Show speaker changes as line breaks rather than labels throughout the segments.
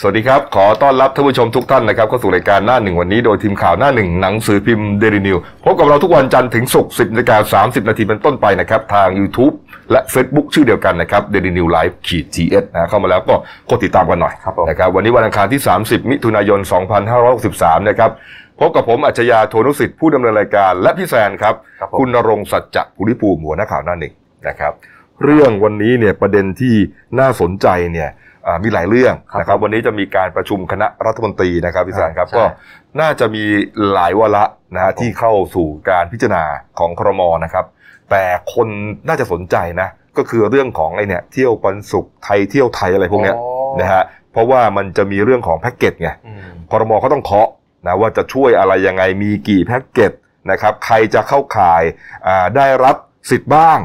สวัสดีครับ ขอต้อนรับท่านผู้ชมทุกท่านนะครับเข้าสู่รายการหน้าหนึ่งวันนี้โดยทีมข่าวหน้าหนึ่งหนังสือพิมพ์เดลินิวพบกับเราทุกวันจันทร์ถึงศุกร์สิบนาฬิกาสามสิบนาทีเป็นต้นไปนะครับ ทาง YouTube และ Facebook ชื่อเดียวกันนะครับเดลินิวไลฟ์ขีดจีเอสนะเข้ามาแล้วก็กดติดตามกันหน่อย
ครับผม
นะครับวันนี้วันอังคารที่ 30 มิถุนายน 2563 นะครับพบกับผมอัจฉริยะโทนุสิทธิ์ผู้ดำเนินรายการและพี่แซนครับ
ครับผม
คุณณรงค์สัจจะภูริภูมิหัวหน้าข่าวหน้าหนึ่งนะครับ เรื่องวันนี้เนี่ยประเด็นที่น่าสนใจเนี่ยอ่ามีหลายเรื่อง
ครับ
นะครับ วันนี้จะมีการประชุมคณะรัฐมนตรีนะครับพี่สารครับ
ใช่
ก็น่าจะมีหลายวาระนะ
ครั
ฮะ
บผม
ที่เข้าสู่การพิจารณาของครมนะครับ แต่คนน่าจะสนใจนะ ก็คือเรื่องของไอ้เนี่ยเที่ยวปันสุขไทยเที่ยวไทยอะไรพวกเนี้ย
อ๋อ
นะฮะเพราะว่ามันจะมีเรื่องของแพ็กเกจไง
อืม
คอรมอเขาต้องเคาะนะว่าจะช่วยอะไรยังไงมีกี่แพ็กเกจนะครับใครจะเข้าข่ายอ่าได้รับสิทธิ์บ้าง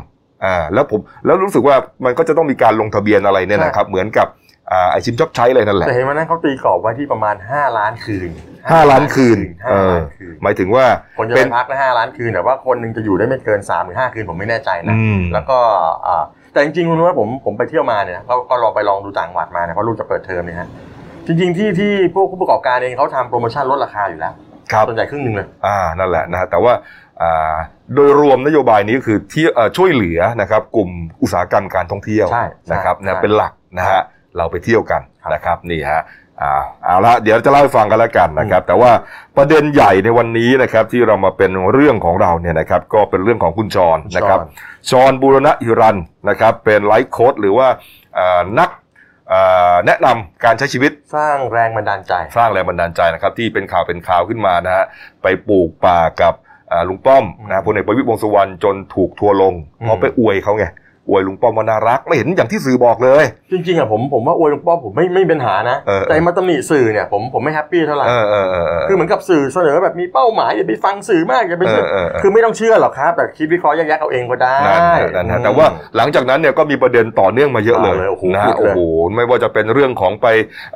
อ่าแล้วผมแล้วรู้สึกว่ามันก็จะต้องมีการลงทะเบียนอะไรเนี่ย
ใช่
นะครับเหมือนกับอ่าไอชิมช็อปใช้อะไรนั่นแหละ
แต่เห็นวันนั้นเขาตีกรอบไว้ที่ประมาณ 5 ล้านคืน
ห้าล้านคืนเอ
ห้า
อ
ล้านคืน
หมายถึงว่า
คนจะ
เป็
ไป
น
พักได้ห้าล้านคืนแต่ว่าคนหนึงจะอยู่ได้ไม่เกิน3หรือ5คืนผมไม่แน่ใจนะ
อืม
แล้วก็อ่าแต่จริงๆคุณรู้ว่าผมผมไปเที่ยวมาเนี่ยนะก็ก็ลองไปลองดูต่างจังหวัดมาเนี่ยเพราะลูกจะเปิดเทอมเนี่ยฮะจริงๆที่ที่พวกผู้ประกอบการเองเขาทำโปรโมชั่นลดราคาอยู่แล้ว
ครับ
ส่วนใหญ่ครึ่งหนึ่งเลย
อ่านั่นแหละนะฮะแต่ว่าอ่าโดยรวมนโยบายนี้ก็คือที่เอ่อช่วยเหลือนะครับกลุ่มอุตสาหกรรมการท่องเที่ยว
ใช่
นะครับ
ใช่
นะเป็นหลักนะฮะเราไปเที่ยวกัน
ครับ
นะครับนี่ฮะอ่าเอาละเดี๋ยวจะเล่าให้ฟังกันแล้วกันนะครับแต่ว่าประเด็นใหญ่ในวันนี้นะครับที่เรามาเป็นเรื่องของเราเนี่ยนะครับก็เป็นเรื่องของคุณชรนะครับ ชอนบูรณะฮิรันนะครับเป็นไลฟ์โค้ดหรือว่าอ่านักอ่าแนะนำการใช้ชีวิต
สร้างแรงบันดาลใจ
สร้างแรงบันดาลใจนะครับที่เป็นข่าวเป็นข่าวขึ้นมานะฮะไปปลูกป่ากับอ่าลุงป้อม
อืม
นะฮะพลเอกประวิตรวงษ์สุวรรณจนถูกทัวร์ลง
อืม
เพราะไปอวยเขาไงอวยลุงป้อมว่าน่ารักไม่เห็นอย่างที่สื่อบอกเลย
จริงๆอะผมผมว่าอวยลุงป้อมผมไม่ไม่มีปัญหานะ
เออ
แต่ไอ้มาตำหนิสื่อเนี่ยผมผมไม่แฮปปี้เท่าไหร่
เออเออเออเออ
คือเหมือนกับสื่อเสนอแบบมีเป้าหมายอย่าไปฟังสื่อมากอย่าไป
เอ
เชื่
อ
อ
เออเออ
คือไม่ต้องเชื่อหรอกครับแต่คิดวิเคราะห์แยกๆเอาเองก็ได้
นั่นฮะนั่นฮะ
อืม
แต่ว่าหลังจากนั้นเนี่ยก็มีประเด็นต่อเนื่องมาเยอะเลย
ต่อเลยโอ้โห
นะฮะ
พูดเลย
โอ้โหไม่ว่าจะเป็นเรื่องของไป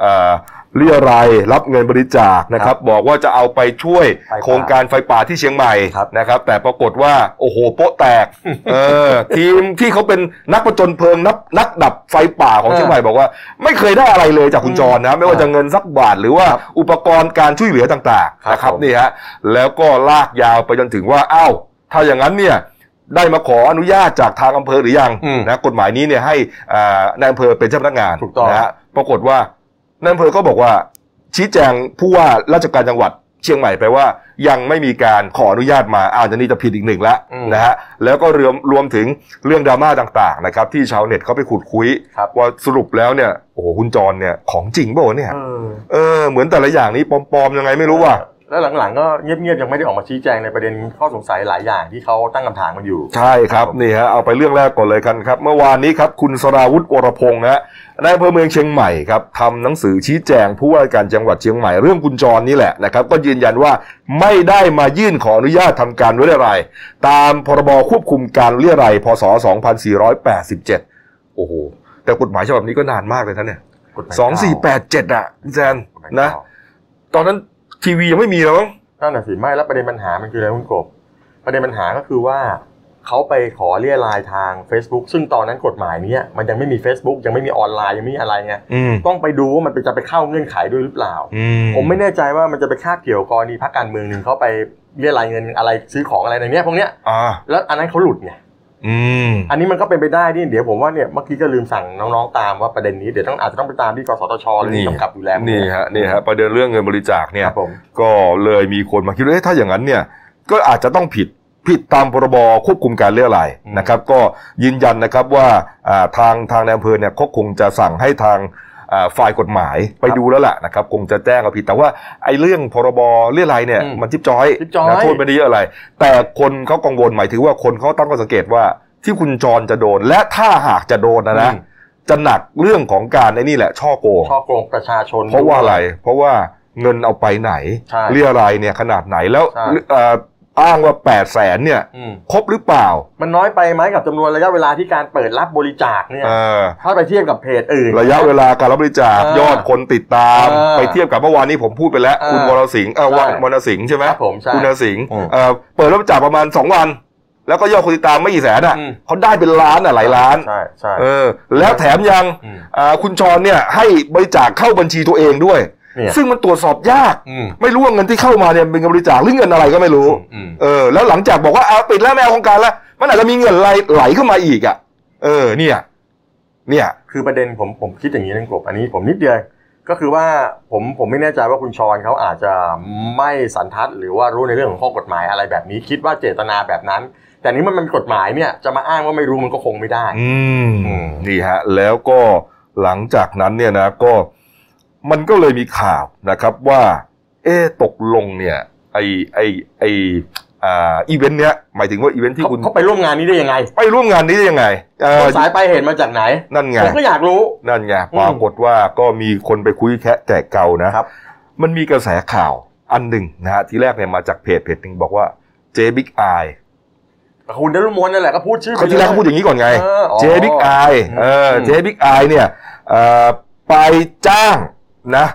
อ่าเรียรายรับเงินบริจาคนะครับบอกว่าจะเอาไปช่วย
ไฟป่า
โครงการไฟป่าที่เชียงใหม่
ครับ
นะครับ แต่ปรากฏว่าโอ้โหโป๊ะแต ก เออทีมที่เขาเป็นนักประจนเพลิงนักนักดับไฟป่าของ
เออ
เชียงใหม่บอกว่า ไม่เคยได้อะไรเลยจากคุณจรนะ ไม่ว่าจะเงินสักบาทหรือว่าอุปกรณ์การช่วยเหลือต่าง
ค
ๆ
รับ
นะครับ
ผม
นี่ฮะแล้วก็ลากยาวไปจนถึงว่าอ้าวถ้าอย่างนั้นเนี่ยได้มาขออนุญาตจากทางอำเภอหรือยัง
อืม
นะกฎหมายนี้เนี่ยให้อ่านายอำเภอเป็นเจ้าพนักงาน
ถูกต้อง
นะฮะปรากฏว่านายอำเภอก็บอกว่า ชี้แจงผู้ว่าราชการจังหวัดเชียงใหม่ไปว่า ยังไม่มีการขออนุญาตมาอ้าวจะนี่จะผิดอีกหนึ่งละ
อืม
นะฮะแล้วก็รวมรวมถึงเรื่องดราม่าต่างๆนะครับที่ชาวเน็ตเขาไปขุดคุย
ครับ
ว่าสรุปแล้วเนี่ยโอ้โหคุณจรเนี่ยของจริงเปล่าวะเนี่ย
เออ
เออเหมือนแต่ละอย่างนี้ปลอมๆยังไงไม่รู้ว่ะ
แล้วหลังๆก็เงียบๆยังไม่ได้ออกมาชี้แจงในประเด็นข้อสงสัยหลายอย่างที่เขาตั้งคำถามกันอยู่
ใช่ครับนี่ฮะเอาไปเรื่องแรกก่อนเลยกันครับ เมื่อวานนี้ครับคุณสราวุฒิวรพงษ์นะฮะนายอำเภอเมืองเชียงใหม่ครับทำหนังสือชี้แจงผู้ว่าราชการจังหวัดเชียงใหม่เรื่องคุณจรนี่แหละนะครับก็ยืนยันว่าไม่ได้มายื่นขออนุญาตทำการเรียราย ตามพรบควบคุมการเรียรัยพศ 2487 โอ้โห แต่กฎหมายฉบับนี้ก็นานมากเลยท่านเนี่ย 2487 อ่ะพี่แจนนะ ตอนนั้นทีวียังไม่มีแล้วมั้ง
นั่นแหะสิไม่แล้วประเด็นปัญหามันคืออะไรคุณกบประเด็นปัญหาก็คือว่าเขาไปขอเรียรายทาง Facebook ซึ่งตอนนั้นกฎหมายเนี้ยมันยังไม่มี Facebook ยังไม่มีออนไลน์ยังไม่มีอะไรไง
อืม
ต้องไปดูว่ามันเป็นจะไปเข้าเงื่อนไขด้วยหรือเปล่า
อืม
ผมไม่แน่ใจว่ามันจะไปคาบเกี่ยวกรณีพรรคการเมืองหนึ่งเขาไปเรียรายเงินอะไรซื้อของอะไรในเนี้ยพวกเนี้ย
อ่า
แล้วอันนั้นเขาหลุดไง
อืม
อันนี้มันก็เป็นไปได้นี่เดี๋ยวผมว่าเนี่ยเมื่อกี้ก็ลืมสั่งน้องๆตามว่าประเด็นนี้เดี๋ยวต้องอาจจะต้องไปตามที่กสทชหรือที่
นี่
กำกับดูแล
นี่ฮะนี่ฮะประเด็นเรื่องเงินบริจาคเนี่
ค
ย
รับผม
ก็เลยมีคนมาคิดว่าเอ๊ะถ้าอย่างนั้นเนี่ย ก็อาจจะต้องผิดผิดตามพรบควบคุมการเรียรัยนะครับ ก็ยืนยันนะครับว่าอ่าทางทางในอำเภอเนี่ยเขาคงจะสั่งให้ทางอ่าฝ่ายกฎหมายไปดูแล้วล่ะนะครับ คงจะแจ้งเอาผิด แต่ว่าไอ้เรื่องพรบเรียรัยเนี่ยมันจิ๊บจ้อยนะโทษไม่ได้เยอะอะไร แต่คนเขากังวลหมายถึงว่าคนเขาตั้งข้อสังเกตว่าที่คุณจรจะโดน และถ้าหากจะโดนนะนะจะหนักเรื่องของการไอ้นี่แหละช่อโกง
ช่อโกงประชาชน
เพราะว่าอะไร เพราะว่าเงินเอาไปไหน
ใช่
เรียรายเนี่ยขนาดไหนแล้ว
ใช่
เอ่ออ้างว่า8ปดแสนเนี่ย
อืม
ครบหรือเปล่า
มันน้อยไปไหมกับจำนวนระยะเวลาที่การเปิดรับบริจาคเนี่ย
เอ่อ
ถ้าไปเทียบกับเพจอื่น
ระยะเวลาการรับบริจาค
เออย
อดคนติดตาม
เออ
ไปเทียบกับเมื่อวานนี้ผมพูดไปแล้ว
เออ
คุณวรสิงห์เออวัน
ใช่
วรสิงห์ใช่ไหม
ครับผมใช่
คุณวรสิงห์
อืม
เอ่อเปิดรับบริจาคประมาณ 2 วัน แล้วก็ยอดคนติดตามไม่กี่แสนอ่ะ
อืม
เขาได้เป็นล้านอ่ะหลายล้าน
ใช่ใช่
เออ แล้วแถมยัง
ม
อ่าคุณชรเนี่ยให้บริจาคเข้าบัญชีตัวเองด้วย
เนี่ย
ซึ่งมันตรวจสอบยาก
อืม
ไม่รู้ว่าเงินที่เข้ามาเนี่ยเป็นเงินบริจาคหรือเงินอะไรก็ไม่รู้
อืม
เออ แล้วหลังจากบอกว่าเอาปิดแล้วแมวโครงการแล้ว มันอาจจะมีเงินไหลไหลเข้ามาอีกอ่ะ เออ เนี่ย เนี่ย
คือประเด็นผมผมคิดอย่างนี้นะกบอันนี้ผมนิดเดียวก็คือว่าผมผมไม่แน่ใจว่าคุณชอนเขาอาจจะไม่สันทัด หรือว่ารู้ในเรื่องของข้อกฎหมายอะไรแบบนี้ คิดว่าเจตนาแบบนั้น แต่นี้มันเป็นกฎหมายเนี่ยจะมาอ้างว่าไม่รู้มันก็คงไม่ได้
อืม
อืม
นี่ฮะ แล้วก็หลังจากนั้นเนี่ยนะก็มันก็เลยมีข่าวนะครับว่า เอ๊ะตกลงเนี่ย ไอไอไออ่าอีเวนต์เนี้ยหมายถึงว่าอีเวนต์ที่
เขา
คุณ
เขาไปร่วมงานนี้ได้ยังไง
ไปร่วมงานนี้ได้ยังไงเออ
ต้นสายปลายเหตุมาจากไหน
นั่นไง
ผมก็อยากรู้
นั่นไงปรากฏว่าก็มีคนไปคุยแคะแจกเก่านะครับ มันมีกระแสข่าวอันหนึ่งนะฮะทีแรกเนี่ยมาจากเพจเพจหนึ่งบอกว่าเจบิ๊กไอ
คุณดลมวนนั่นแหละก็พูดชื่อไป
เขาทีแรกเขาพูดอย่างนี้ก่อนไง
อออ๋อ
เจบิ๊กไอเออ
อืม
เจบิ๊กไอเนี่ยเอ่อไปจ้างนะ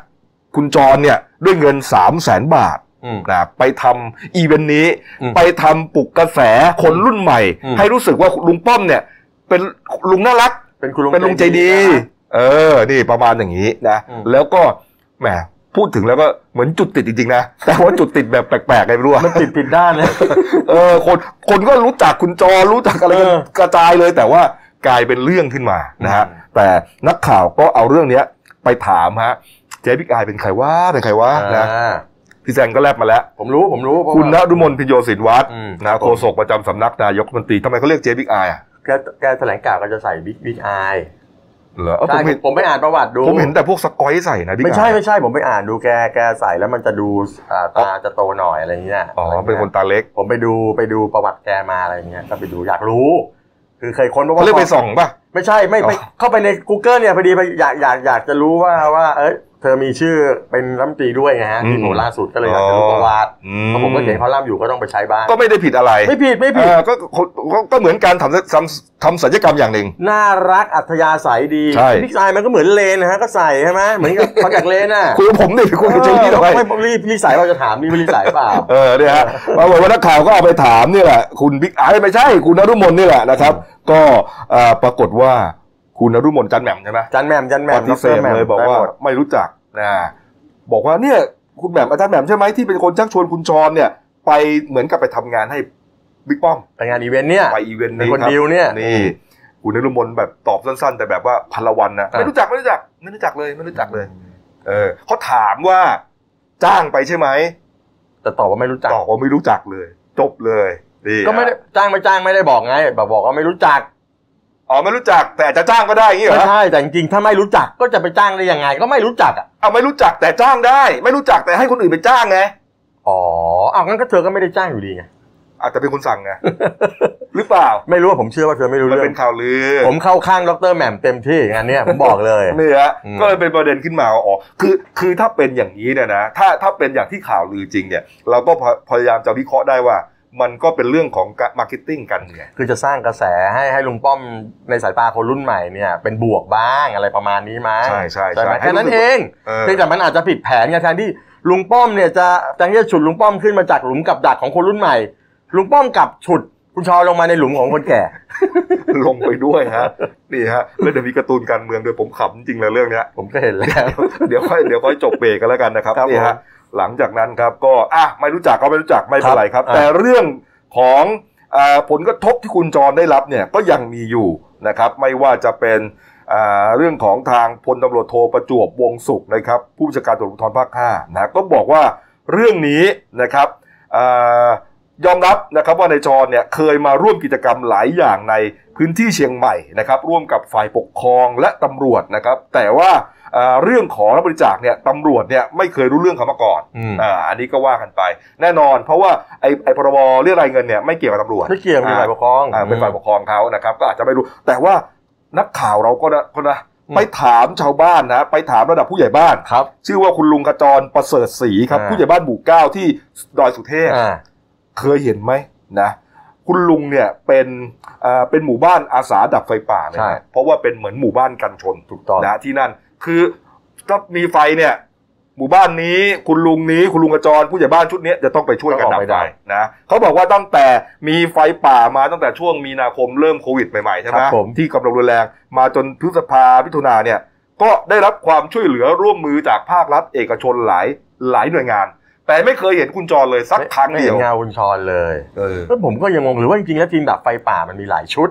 คุณจรเนี่ยด้วยเงิน 3 0 0แสนบาท
อืม
นะไปทำอีเวนต์นี้
อืม
ไปทำปลุกกระแสคนรุ่นใหม่
อืม
ให้รู้สึกว่าลุงป้อมเนี่ยเป็นลุงน่ารัก
เป็นคุณลุง
เป็นลุงใจดี เออ นี่ประมาณอย่างนี้นะ
อืม
แล้วก็ แหม พูดถึงแล้วก็เหมือนจุดติดจริงๆนะ แต่ว่าจุดติดแบบแปลกๆไงไม่รู้อะ
มันติดผิดด้านเลย
เออ คน คนก็รู้จักคุณจอ รู้จักอะไรกัน
เออก
ระจายเลย แต่ว่ากลายเป็นเรื่องขึ้นมานะฮะ
อืม
แต่นักข่าวก็เอาเรื่องเนี้ยไปถามฮะ เจ๊บิ๊กอายเป็นใครวะ เป็นใครวะนะ
อ่า
พี่แซงก็แลบมาแล้ว
ผมรู้ผมรู้เพราะ
คุณน
ว่า
รุมนพินโยศินวัฒน์
อืม
นะโฆษกประจำสำนักนายกรัฐมนตรีทำไมเขาเรียกเจ๊บิ๊กอายอะ
แกแกแถลงข่าวก็จะใส่บิ๊กบิ๊กอ
เหรอเออผ
ใช่
มเห็น
ผมไปอ่านประวัติดู
ผมเห็นแต่พวกสกอยใส่นะบิ๊ก
ไม่
อาย
ใช่ไม่ใช่ผมไปอ่านดูแกแกใส่แล้วมันจะดูอ่าตาจะโตหน่อยอะไรเงี้ย
อ๋อ เป็นคน
อะไรงี้ย
ตาเล็ก
ผมไปดูไปดูประวัติแกมาอะไรเงี้ยก็ไปดูอยากรู้ คือเคยค้นพบ
เขา
ว่า
เรียกไปส่องป่ะ
ไม่ใช่ไม่ไป
อ๋อ
เข้าไปใน Google เนี่ยพอดีไปอยากอยากอยากจะรู้ว่าว่า เอ้ยเธอมีชื่อเป็นรัฐมนตรีด้วยไงฮะที่โหล่าสุดก็เลยอยากจะรู้ประวัติ
อื
เพราะผมก็เขียนคอลัมน์อยู่ก็ต้องไปใช้บ้าง
ก็ไม่ได้ผิดอะไร
ไม่ผิดไม่ผิด
เออก็ก็ก็ก็เหมือนการทำทำทำศัลยกรรมอย่างหนึ่ง
น่ารักอัธยาศัยดี
ใช่
บิ๊กไซมันก็เหมือนเลนนะฮะก็ใส่ใช่ไหมเหมือนกับมาจากเลนอ่ะ
คุยกับผมดิคุยกับเจนี่ทำไม
ไม่รีบรีสายเราจะถามรีบรีสายเปล่า
เออเนี่ยฮะปรากฏว่านักข่าวก็เอาไปถามนี่แหละ คุณบิ๊กไอ้ไม่ใช่ คุณนรุมนนี่แหละนะครับ ก็เอ่อปรากฏว่าคุณนรุมนจันแหม่มใช่ไหม
จันแหมมจันแหม
ป
ม
ฏิเสธ
ดรแหม่ม
เลยบอกว่า
ได้หมด
ไม่รู้จักนะบอกว่าเนี่ยคุณแหม่มอาจารย์แหม่มใช่ไหมที่เป็นคนชักชวนคุณชรเนี่ย ไปเหมือนกับไปทำงานให้บิ๊กป้อม
ไปงานอีเวนต์เนี่ย
ไปอีเวนต์
เป็น
นี้
คน
ครับ
ดิวเนี่ย
นี่คุณนรุมนแบบตอบสั้น ๆ แต่แบบว่าพลวันนะ
อ่ะ
ไม่รู้จักไม่รู้จักไม่รู้จักเลยไม่รู้จักเลย เออเขาถามว่าจ้างไปใช่ไหม
แต่ตอบว่าไม่รู้จัก
ตอบว่าไม่รู้จักเลย จบเลยนี่
ก็ไม่ได้จ้างไม่จ้างไม่ได้บอกไงแบบบอกว่าไม่รู้จัก
อ๋อไม่รู้จักแต่อาจจะจ้างก็ได้อย่างนี้เหร
ไม่
อ
ใช่แต่จริงๆถ้าไม่รู้จักก็จะไปจ้างได้ยังไง ก็ไม่รู้จักอ่ะ
เอาไม่รู้จักแต่จ้างได้ ไม่รู้จักแต่ให้คนอื่นไปจ้างไง
อ๋อเอางั้นก็เธอก็ไม่ได้จ้างอยู่ดีไง
อาจจะเป็นคนสั่ งไง หรือเปล่า
ไม่รู้ว่าผมเชื่อว่าเธอไม่รู้
มัน
เรื่อ
เป็น
ง
ข่าวลือ
ผมเข้าข้างดรแหม่มเต็มที่งานเนี้ยผมบอก เลย
เนี่ยฮะ
อืม
ก็เลยเป็นประเด็นขึ้นมาว่าอ๋อคือคือถ้าเป็นอย่างนี้เนี่ยนะถ้าถ้าเป็นอย่างที่ข่าวลือจริงเนี่ย เราก็พอพยายามจะวิเคราะห์ได้ว่า มันก็เป็นเรื่องของมาร์เก็ตติ้งกันไง
คือจะสร้างกระแสให้ให้ลุงป้อมในสายตาคนรุ่นใหม่เนี่ย เป็นบวกบ้างอะไรประมาณนี้ไหม
ใช่ใช่ใช่
ใช่ไหม
ให้
แค่นั้น
รู้สึก
เอง
เออ
เพียงแต่มันอาจจะผิดแผนไงแทนที่ลุงป้อมเนี่ยจะแทนที่จะฉุดลุงป้อมขึ้นมาจากหลุมกับดักของคนรุ่นใหม่ ลุงป้อมกลับฉุดคุณชอลงมาในหลุมของคนแก่
ลงไปด้วยฮะนี่ฮะแล้วเดี๋ยวมีการ์ตูนการเมืองด้วยผมขำจริงเลยเรื่องเนี้ย
ผมก็เห็นแล้ว
เดี๋ยวค่ อยเดี๋ยวค่อยจบเบรกกันแล้วกันนะครับ
ครับ
นี่ฮะหลังจากนั้นครับก็อ่ะไม่รู้จักก็ไม่รู้จักไม่เป็นไรครับ
ครับ
แต่เรื่องของเอ่อผลกระทบที่คุณจรได้รับเนี่ยก็ยังมีอยู่นะครับไม่ว่าจะเป็นเอ่อเรื่องของทางพลตำรวจโทประจวบวงศ์สุขนะครับผู้บัญชาการตำรวจภูธรภาค5นะก็บอกว่าเรื่องนี้นะครับเอ่อยอมรับนะครับว่านายจรเนี่ยเคยมาร่วมกิจกรรมหลายอย่างในพื้นที่เชียงใหม่นะครับร่วมกับฝ่ายปกครองและตำรวจนะครับแต่ว่าเอ่อเรื่องของรับบริจาคเนี่ยตำรวจเนี่ยไม่เคยรู้เรื่องเขามาก่อน
อืม
อ่าอันนี้ก็ว่ากันไป แน่นอน เพราะว่าไอ้ไอ้พรบเรื่องรายเงินเนี่ยไม่เกี่ยวกับตำรวจ
ไม่เกี่ยวมีฝ่ายปกครอง
อ่าเป็นฝ่ายปกครองเขานะครับ ก็อาจจะไม่รู้ แต่ว่านักข่าวเราก็นะก็นะไปถามชาวบ้านนะ ไปถามระดับผู้ใหญ่บ้าน
ครับ
ชื่อว่าคุณลุงขจรประเสริฐศรีครับ
อ่า
ผู้ใหญ่บ้านหมู่เก้าที่ดอยสุเทพ
อ่า
เคยเห็นไหมนะคุณลุงเนี่ยเป็นอ่าเป็นหมู่บ้านอาสาดับไฟป่าเลย
ใช่
นะเพราะว่าเป็นเหมือนหมู่บ้านกันชน
ถูกต้อง
นะที่นั่นคือถ้ามีไฟเนี่ย หมู่บ้านนี้คุณลุงนี้คุณลุงกระจรผู้ใหญ่บ้านชุดเนี้ยจะต้องไปช่วยกัน
ต้อง
ดั
ออบ ก
ไฟ
ไปดับ
นะเขาบอกว่าตั้งแต่มีไฟป่ามาตั้งแต่ช่วงมีนาคมเริ่มโควิดใหม่ๆใช่ไห
ครับผม
ที่กำลังรุนแรงมาจนพฤษภาพิถุนาเนี่ยก็ได้รับความช่วยเหลือร่วมมือจากภาครัฐเอกชนหลายหลายหน่วยงาน แต่ไม่เคยเห็นคุณจรเลยสักครั้ง
ไม่
เดี
เห็
ย
น
ว
เงาคุณชอนเลย
เออ
แล้วผมก็ยังงงหรือว่าจริงๆแล้วทีมดับไฟป่ามันมีหลายชุด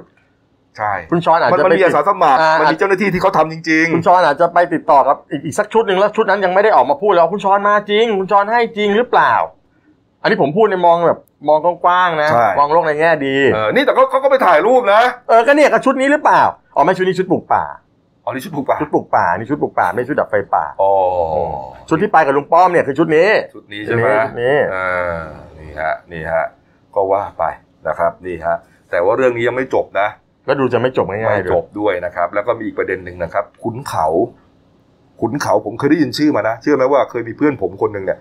ใช่
คุณชอนอาจ
มัน
จะ
มัน
ไป
มี
ติ
อา
ด
สาสมัคร
อ่ามั
มันมีเจ้าหน้าที่ที่เขาทำจริง
คุณชอนอาจจะไปติดต่อกับอีกอีกสักชุดหนึ่งแล้วชุดนั้นยังไม่ได้ออกมาพูดแล้วาคุณชอนมาจริง คุณชอนให้จริงหรือเปล่า อันนี้ผมพูดในมองแบบมองกว้างๆนะ
ใช่
มองโลกในแง่ดี
ๆเออนี่แต่เขาเขาก็ไปถ่ายรูปนะ
เออก็เนี่ยกับชุดนี้หรือเปล่าอ๋อไม่ชุดนี้ชุดปลูกป่า
อ๋อนี่ชุดผูกป่า
ชุดปลูกป่านี่ชุดปลูกป่าไม่ใช่ชุดดับไฟป่า
อ๋อ
ชุดที่ไปกับลุงป้อมเนี่ยคือชุดนี้
ชุดนี้ใช่ไหม
ชุดนี้
อ่านี่ฮะนี่ฮะก็ว่าไปนะครับนี่ฮะแต่ว่าเรื่องนี้ยังไม่จบนะ
แล้วดูจะไม่จบง่า
ไม่
ยๆเลย
จบด้วยนะครับ แล้วก็มีอีกประเด็นหนึ่งนะครับ ขุนเขา ขุนเขาผมเคยได้ยินชื่อมานะเชื่อไหมว่าเคยมีเพื่อนผมคนหนึ่งเนี่ย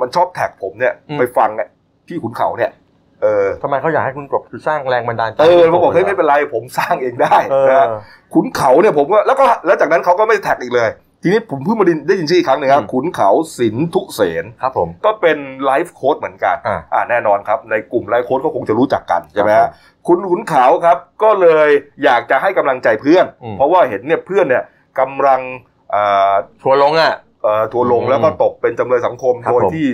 มันชอบแท็กผมเนี่ยไปฟังเนี่ยที่ขุนเขาเนี่ย เออ
ทำไมเขาอยากให้คุณกบคือสร้างแรงบันดาลใจ
เออเขาบอกเฮ้ยไม่เป็นไรผมสร้างเองได้
เอ
นะ
อ
ฮะขุนเขาเนี่ยผมก็แล้วก็แล้วจากนั้นเขาก็ไม่แท็กอีกเลย ทีนี้ผมเพิ่งมาได้ยินได้ยินชื่ออีกครั้งหนึ่งครับ
อืม
ขุนเขาสินทุเสน
ครับผม
ก็เป็นไลฟ์โค้ดเหมือนกัน
อ่า
อ่าแน่นอนครับ ในกลุ่มไลฟ์โค้ดก็คงจะรู้จักกันใช่ไหม
ครั
ฮะ
บผม
คุณขุนขาวครับ ก็เลยอยากจะให้กำลังใจเพื่อน
อืม
เพราะว่าเห็นเนี่ยเพื่อนเนี่ยกำลังอ่า
ชัวร์ลงอ่ะ
เอ่อทัวร์ลง
อืม
แล้วก็ตกเป็นจำเลยสังคม
ครับ
โดย
ผม
ที่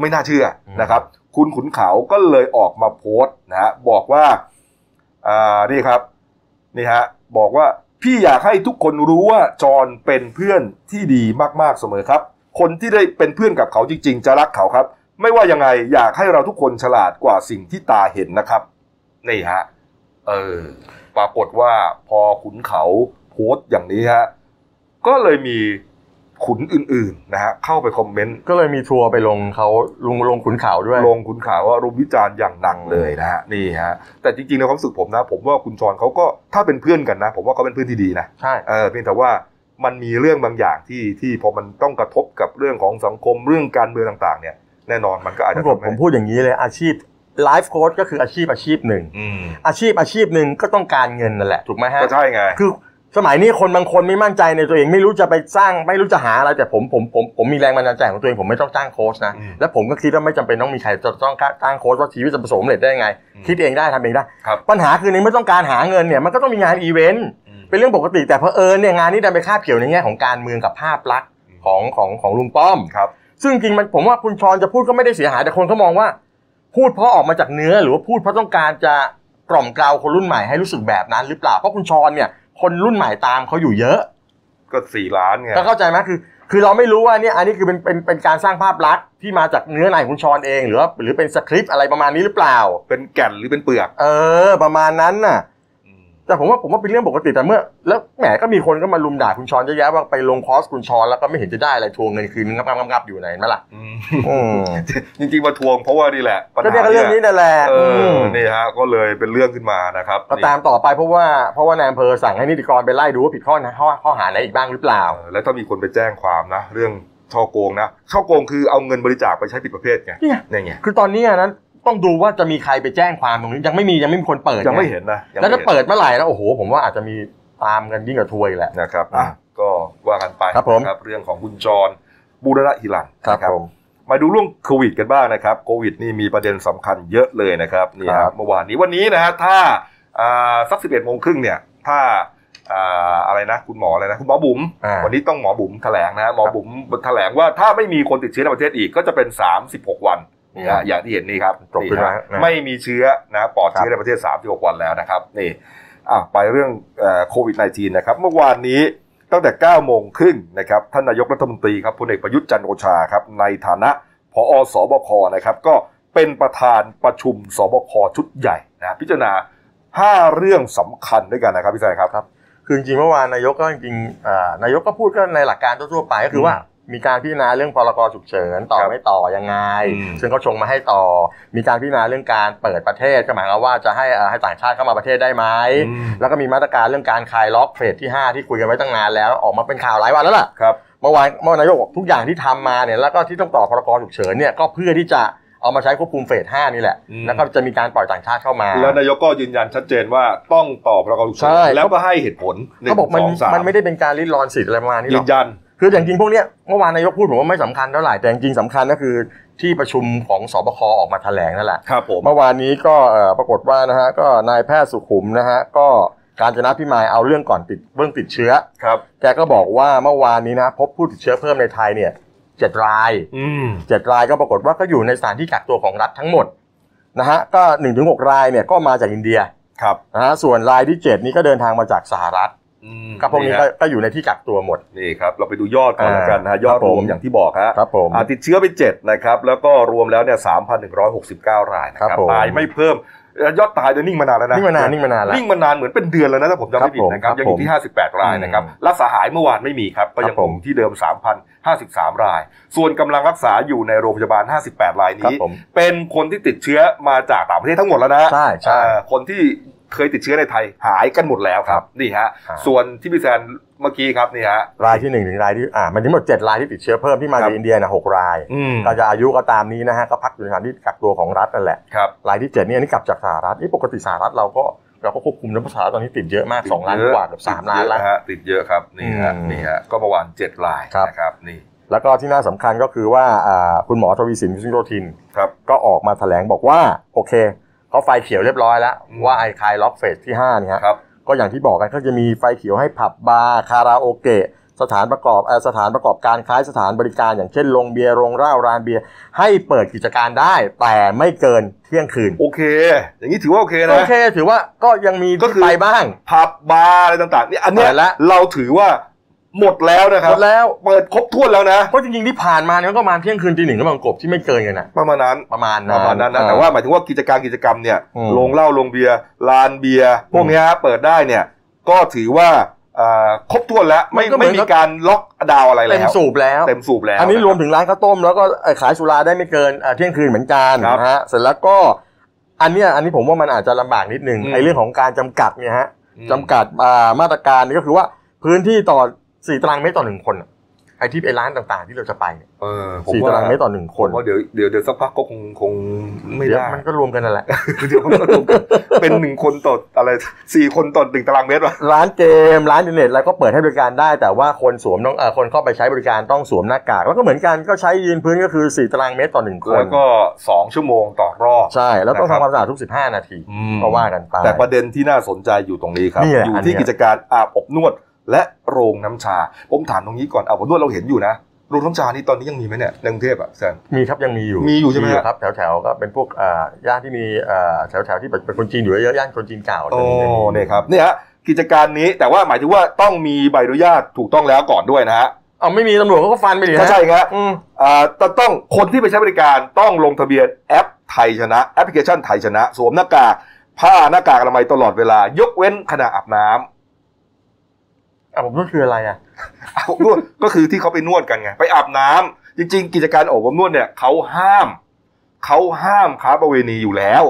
ไม่น่าเชื่ออ
ม
นะครับ คุณขุนขาวก็เลยออกมาโพสต์นะฮะบอกว่าอ่านี่ครับนี่ฮะบอกว่าพี่อยากให้ทุกคนรู้ว่าจอห์นเป็นเพื่อนที่ดีมากๆเสมอครับ คนที่ได้เป็นเพื่อนกับเขาจริง ๆ จะรักเขาครับ ไม่ว่ายังไงอยากให้เราทุกคนฉลาดกว่าสิ่งที่ตาเห็นนะครับ นี่ฮะ เออ ปรากฏว่าพอขุนเขาโพสต์อย่างนี้ฮะ ก็เลยมีขุนอื่นๆนะฮะเข้าไปคอมเมนต์
ก็เลยมีทัวร์ไปลงเขาลงลงขุนเขาด้วย
ลงขุนขาวว่ารุมวิจารณ์อย่างหนักเลยนะฮะนี่ฮะ แต่จริงๆในความรู้สึกผมนะ ผมว่าคุณจรเขาก็ถ้าเป็นเพื่อนกันนะ ผมว่าเขาเป็นเพื่อนที่ดีนะ
ใช่
เออเพียงแต่ว่ามันมีเรื่องบางอย่างที่ที่พอมันต้องกระทบกับเรื่องของสังคมเรื่องการเมืองต่าง ๆ เนี่ย แน่นอนมันก็อาจ
คุ
จะ
ณกบ
ทำ
ผ
ให้
มพูดอย่างนี้เลยอาชีพไลฟ์โค้ดก็คืออาชีพอาชีพหนึ่ง
อืม
อาชีพอาชีพหนึ่งก็ต้องการเงินนั่นแหละ ถูกไหมฮะ
ก็ใช่ไง
คือสมัยนี้คนบางคนไม่มั่นใจในตัวเองไม่รู้จะไปสร้างไม่รู้จะหาอะไรแต่ผมผมผมผมมีแรงบันดาลใจของตัวเองผมไม่ต้องจ้างโค้ชนะ
อืม
และผมก็คิดว่าไม่จำเป็นต้องมีใครจะต้องจ้างโค้ชว่าชีวิตจะประสบความสำเร็จได้ยังไง
อืม
คิดเองได้ทำเองได้
ครับ
ปัญหาคือในเมื่อต้องการหาเงินเนี่ยมันก็ต้องมีงานอีเวนต์
อืม
เป็นเรื่องปกติแต่เพอเอิญเนี่ยงานนี้ดันไปคาบเกี่ยวในแง่ของการเมืองกับภาพลักษณ์
อืม
ของของของลุงป้อม
ครับ
ซึ่งจริงๆมันผมว่าคุณชรจะพูดก็ไม่ได้เสียหายแต่คนเขามองว่า พูดเพราะออกมาจากเนื้อหรือว่าพูดเพราะต้องการจะกล่อมเกลาวคนรุ่นใหม่ให้รู้สึกแบบนั้นหรือเปล่าเพราะคุณชรเนี่ย คนรุ่นใหม่ตามเขาอยู่เยอะ
ก็สี่ล้านไง
ก็เข้าใจไหมคือ คือเราไม่รู้ว่าเนี่ยอันนี้คือเป็นเป็นเป็นการสร้างภาพลักษณ์ที่มาจากเนื้อในของคุณชรเองหรือว่าหรือเป็นสคริปต์อะไรประมาณนี้หรือเปล่า
เป็นแก่นหรือเป็นเปลือก
เออ ประมาณนั้นน่ะ
อืม
แต่ผมว่าผมว่าเป็นเรื่องปกติแต่เมื่อ แล้วแหมก็มีคนก็มาลุมด่าคุณชรเยอะแยะว่าไปลงคอร์สคุณชรแล้วก็ไม่เห็นจะได้อะไรทวงเงินคืนงับงับงับงับอยู่ไหนไหมล่ะ
อืม
อืม
จริงๆมาทวงเพราะว่านี่แหละปัญ
ก็
หา
เนี่ยก็เรื่องนี้นั่นแหละ
เออ
ม
อนี่ฮะก็เลยเป็นเรื่องขึ้นมานะครับ
ก็ตามต่อไปเพราะว่าเพราะว่านายอำเภอสั่งให้นิติกรไปไล่ดูว่าผิดข้อไหนข้อข้อหาไหนอีกบ้างหรือเปล่า
เออแล้วถ้ามีคนไปแจ้งความนะ เรื่องช่อโกงนะช่อโกงคือเอาเงินบริจาคไปใช้ผิดประเภทไง
เนี่ย
นี่ไง
คือตอนนี้นั้นต้องดูว่าจะมีใครไปแจ้งความตรงนี้ยังไม่มียังไม่มีคนเปิด
ยังไม่เห็นนะยัง
แล้ว
ไม่
ถ้า
เห็น
เปิดเมื่อไหร่แล้วโอ้โห ผมว่าอาจจะมีตามกันยิ่งกว่าทวยแหละ
นะครับอ่ะก็ว่ากันไป
ครับผม
นะครับเรื่องของคุณจรบูรณะฮิรันนะ
ผม
มาดูเรื่องโควิดกันบ้างนะครับโควิดนี่มีประเด็นสำคัญเยอะเลยนะครับนี่
ค
ค
รั
รับ บเมื่อวานนี้วันนี้นะฮะถ้าอ่าสักสิบเอ็ดโมงครึ่งเนี่ยถ้าอ่าอะไรนะคุณหมออะไรนะคุณหมอบุ๋ม
อ่า
วันนี้ต้องหมอบุ๋มแถลงนะฮะหมอ
ครับ
บุ๋มแถลงว่าถ้าไม่มีคนติดเชื้อในประเทศอีกก็จะเป็น 36 วันนะฮะอย่างที่เห็นนี่ครับ
จบขึ้น
ฮ
แล้วนะ
ไม่มีเชื้อนะปลอดเชื้อในประเทศ 36 วันแล้วนะครับนี่อ่ะไปเรื่องเอ่อโควิด -19 นะครับเมื่อวานนี้ ตั้งแต่ 9 โมงครึ่งนะครับ ท่านนายกรัฐมนตรีครับพลเอกประยุทธ์จันทร์โอชาครับ ในฐานะพอสบคนะครับ ก็เป็นประธานประชุมสบคชุดใหญ่นะพิจารณา 5 เรื่องสำคัญด้วยกันนะครับพี่แซคครับ
ครับ คือจริงๆเมื่อวานนายกก็จริงๆอ่านายกก็พูดก็ในหลักการทั่วๆไปก็คือว่ามีการพิจารณาเรื่องพรกฉุกเฉินต่อ
ครับ
ไม่ต่อยังไง
อืม
ซึ่งเขาชงมาให้ต่อ มีการพิจารณาเรื่องการเปิดประเทศก็หมายความว่าจะให้เอ่อให้ต่างชาติเข้ามาประเทศได้ไหม แล้วก็มีมาตรการเรื่องการคลายล็อกเฟสที่ 5 ที่คุยกันไว้ตั้งนานแล้วออกมาเป็นข่าวหลายวันแล้วล่ะ
ครับ
เมื่อวานเมื่อวานนายกบอกทุกอย่างที่ทำมาเนี่ยแล้วก็ที่ต้องต่อพรกฉุกเฉินเนี่ยก็เพื่อที่จะเอามาใช้ควบคุมเฟส 5 นี่แหละ
อืม
แล้วก็จะมีการปล่อยต่างชาติเข้ามา
แล้วนายกก็ยืนยันชัดเจนว่าต้องตอบประกอบฉุกเฉิ
ใช่
นแล้วก็ให้เหตุผลหนึ่
เขา
ง
บอกมัน
สองสาม
มันไม่ได้เป็นการริดรอนสิทธิ์อะไรประมาณนี้หร
ยื
อก
นยัน
คืออย่างจริงพวกเนี้ยเมื่อวานนายกพูดผมว่าไม่สำคัญเท่าไหร่แต่จริงๆสำคัญก็คือที่ประชุมของสบคออกมาแถลงนั่นแหละ
ครับผม
เมื่อวานนี้ก็เอ่อปรากฏว่านะฮะก็นายแพทย์สุขุมนะฮะก็การจนะพิมายเอาเรื่องก่อนติดเรื่องติดเชื้อ
ครับ
แกก็บอกว่าเมื่อวานนี้นะพบผู้ติดเชื้อเพิ่มในไทยเนี่ยเจ็ดราย
อืม
เจ็ดรายก็ปรากฏว่าก็อยู่ในสถานที่กักตัวของรัฐทั้งหมดนะฮะก็หนึ่งถึงหกรายเนี่ยก็มาจากอินเดีย
ครับ
นะฮะส่วนรายที่เจ็ดนี้ก็เดินทางมาจากสหรัฐ
อืม
ก็พวกนี้ก็ก็อยู่ในที่กักตัวหมด
นี่ครับ เราไปดูยอดก่อน
อ่า
แล้วกันนะฮะยอด
ครับ
ร
ผม
วมอย่างที่บอกฮะ
ครับผม
อ่าติดเชื้อไปเจ็ดนะครับ แล้วก็รวมแล้วเนี่ยสามพันหนึ่งร้อยหกสิบเก้ารายนะค
ครั
รับบ
ผม
ตายไม่เพิ่มเอ่อยอดตายเนี่ยนิ่งมานานแล้วนะ
นิ่งมานานนิ่งมานานแล้ว
นิ่งมานานเหมือนเป็นเดือนแล้วนะถ้าผมจำไม่ผิดนะครับ
ครับผม
ยังอยู่ที่ 58 รายนะครับ
อืม
รักษาหายเมื่อวานไม่มีครับก็ยัง
ครับ
ค
ผ
ง
ม
ที่เดิม 3,053 ราย ส่วนกำลังรักษาอยู่ในโรงพยาบาล 58 ราย
ครั
นี้
บผม
เป็นคนที่ติดเชื้อมาจากต่างประเทศทั้งหมดแล้วนะ
ใช่ใช่
เอ่อคนที่เคยติดเชื้อในไทยหายกันหมดแล้วครับนี่ฮะ
ครับ
ส่วนที่พี่แซนเมื่อกี้ครับนี่ฮะ
รายที่หนึ่งถึงรายที่อ่ามันทั้งหมดเจ็ดรายที่ติดเชื้อเพิ่มที่มา
ครั
จา
บ
กอินเดียนะหกราย
อืม
ก็จะอายุก็ตามนี้นะฮะก็พักอยู่ในสถานที่กักตัวของรัฐนั่นแหละ
ครับ
รายที่เจ็ดเนี่ยอันนี่กลับจากสหรัฐนี่ปกติสหรัฐเราก็เราก็ควบคุมนะเพราะสหรัฐตอนนี้ติดเยอะมากสองล้านกว่าเกับสามล้านแล้ว
ติดเยอะฮะติดเยอะครับนี่ฮะ
อืม
นี่ฮะก็เมื่อวานเจ็ดราย
ครับ
นะครับนี่
แล้วก็ที่น่าสำคัญก็คือว่าอ่าคุณหมอทวีสินวิศนุโยธิน
ครับ
ก็ออกมาแถลงบอกว่าโอเคเขาไฟเขียวเรียบร้อยแล้ว
อืม
ว่าไอ้คลายล็อกเฟสที่5เนี่ยฮะ
ครับ
ก็อย่างที่บอกกันก็จะมีไฟเขียวให้ผับบาร์คาราโอเกะสถานประกอบเอ่อสถานประกอบการคล้ายสถานบริการ อย่างเช่นโรงเบียร์โรงเหล้าร้านเบียร์ให้เปิดกิจการได้ แต่ไม่เกินเที่ยงคืน
โอเค อย่างนี้ถือว่าโอเคนะ
โอเคถือว่าก็ยังมี
ก็คือ
ไปบ้าง
ผับบาร์อะไรต่างๆนี่อันเนี้ย
เปิดแล้ว
เราถือว่าหมดแล้วนะค
ห
รั
ม
บ
ดแล้ว
เปิดครบถ้วนแล้วนะ
ก็จริงๆที่ผ่านมาเนี่ยก็ประมาณเที่ยงคืนตีหนึ่งก็บางกบที่ไม่เกินกันนะ
ประมาณนั้น
ประมาณ
ประมาณนั้นนะ
อ่
แต่ว่าหมายถึงว่ากิจการกิจกรรมเนี่ย
อืม
ลงเหล้าลงเบียร์ลานเบียร์พวกเนี้ยฮะเปิดได้เนี่ย ก็ถือว่าอ่าครบถ้วนแล้วไม่
มันก็เหมื
ไม่
อน
มีการล็อกดาวน์อะไรแล้ว
เต็มสูบแล้ว
เต็มสูบแล้
อันนี้
วะคบ
รวมถึงร้านข้าวต้มแล้วก็เอ่อขายสุราได้ไม่เกินเอ่อเที่ยงคืนเหมือนกัน
ครับ
นะฮะเสร็จแล้วก็ อันเนี้ยอันนี้ผมว่ามันอาจจะลำบากนิดนึง
อืม
ไอ้เรื่องของการจำกัดเนี่ยฮะ
อืม
จำกัดอ่ามาตรการนี่ก็คือว่าพื้นที่ต่อสี่ตารางเมตรต่อหนึ่งคนอะไอ้ที่ไอ้ร้านต่างๆ ที่เราจะไปเนี่ย
เออผม
สี่
ว่า
ตารางเมตรต่อหนึ่งค
ผ
น
มว่าเดี๋ยวเดี๋ยวเดี๋ยวสักพักก็คงคงไม่
เดี๋ยว
ได้
มันก็รวมกันนั่นแหละ
เดี๋ยวมันก็ ต้องเป็นหนึ่งคนต่ออะไรสี่คนต่อหนึ่งตารางเมตรวะ
ร้านเกมร้านอินเทอร์เน็ตอะไรก็เปิดให้บริการได้ แต่ว่าคนสวมต้องเอ่อคนเข้าไปใช้บริการต้องสวมหน้ากาก แล้วก็เหมือนกันก็ใช้ยืนพื้นก็คือ4ตารางเมตรต่อหนึ่งคน
แล้วก็สองชั่วโมงต่อรอบ
ใช่แล้วต้อง
นะครับ
ทำความสะอาดทุก 15 นาที
อืม
ก็ว่ากันไป
แต่ประเด็นที่น่าสนใจอยู่ตรงนี้ครับ
นี่แหละ
อยู่
อันเนี้
ที่
ย
กิจการอาบอบนวดและโรงน้ำชา ผมถามตรงนี้ก่อนอาบอบนวดเราเห็นอยู่นะ โรงน้ำชานี่ตอนนี้ยังมีไหมเนี่ยในกรุงเทพอ่ะแซน
มีครับยังมีอยู่
มีอยู่ใช่ไหมฮะ
ครับแถวๆก็เป็นพวกเอ่อย่านที่มีเอ่อแถวๆที่เป็นคนจีนอยู่เยอะๆย่านคนจีนเก่า
โอ้
จะมีจะมี
เนี่ยครับเนี่ยฮะกิจการนี้แต่ว่าหมายถึงว่าต้องมีใบอนุญาตถูกต้องแล้วก่อนด้วยนะฮะ
เอาไม่มีตำรวจเขาก็ฟันไปดิ
ก็
ฮะ
ใช่ครับ
อืม
อ่าแต่ต้องคนที่ไปใช้บริการต้องลงทะเบียนแอปไทยชนะ แอปพลิเคชันไทยชนะ สวมหน้ากากผ้าหน้ากากอนามัยตลอดเวลายกเว้นขณะอาบน้ำ
อ่ะผมก็คืออะไรอ่ะ
อาบอบนวดก็คือที่เขาไปนวดกันไง ไปอาบน้ำจริง ๆ กิจการอาบอบนวดเนี่ยเขาห้ามเขาห้ามค้าประเวณีอยู่แล้ว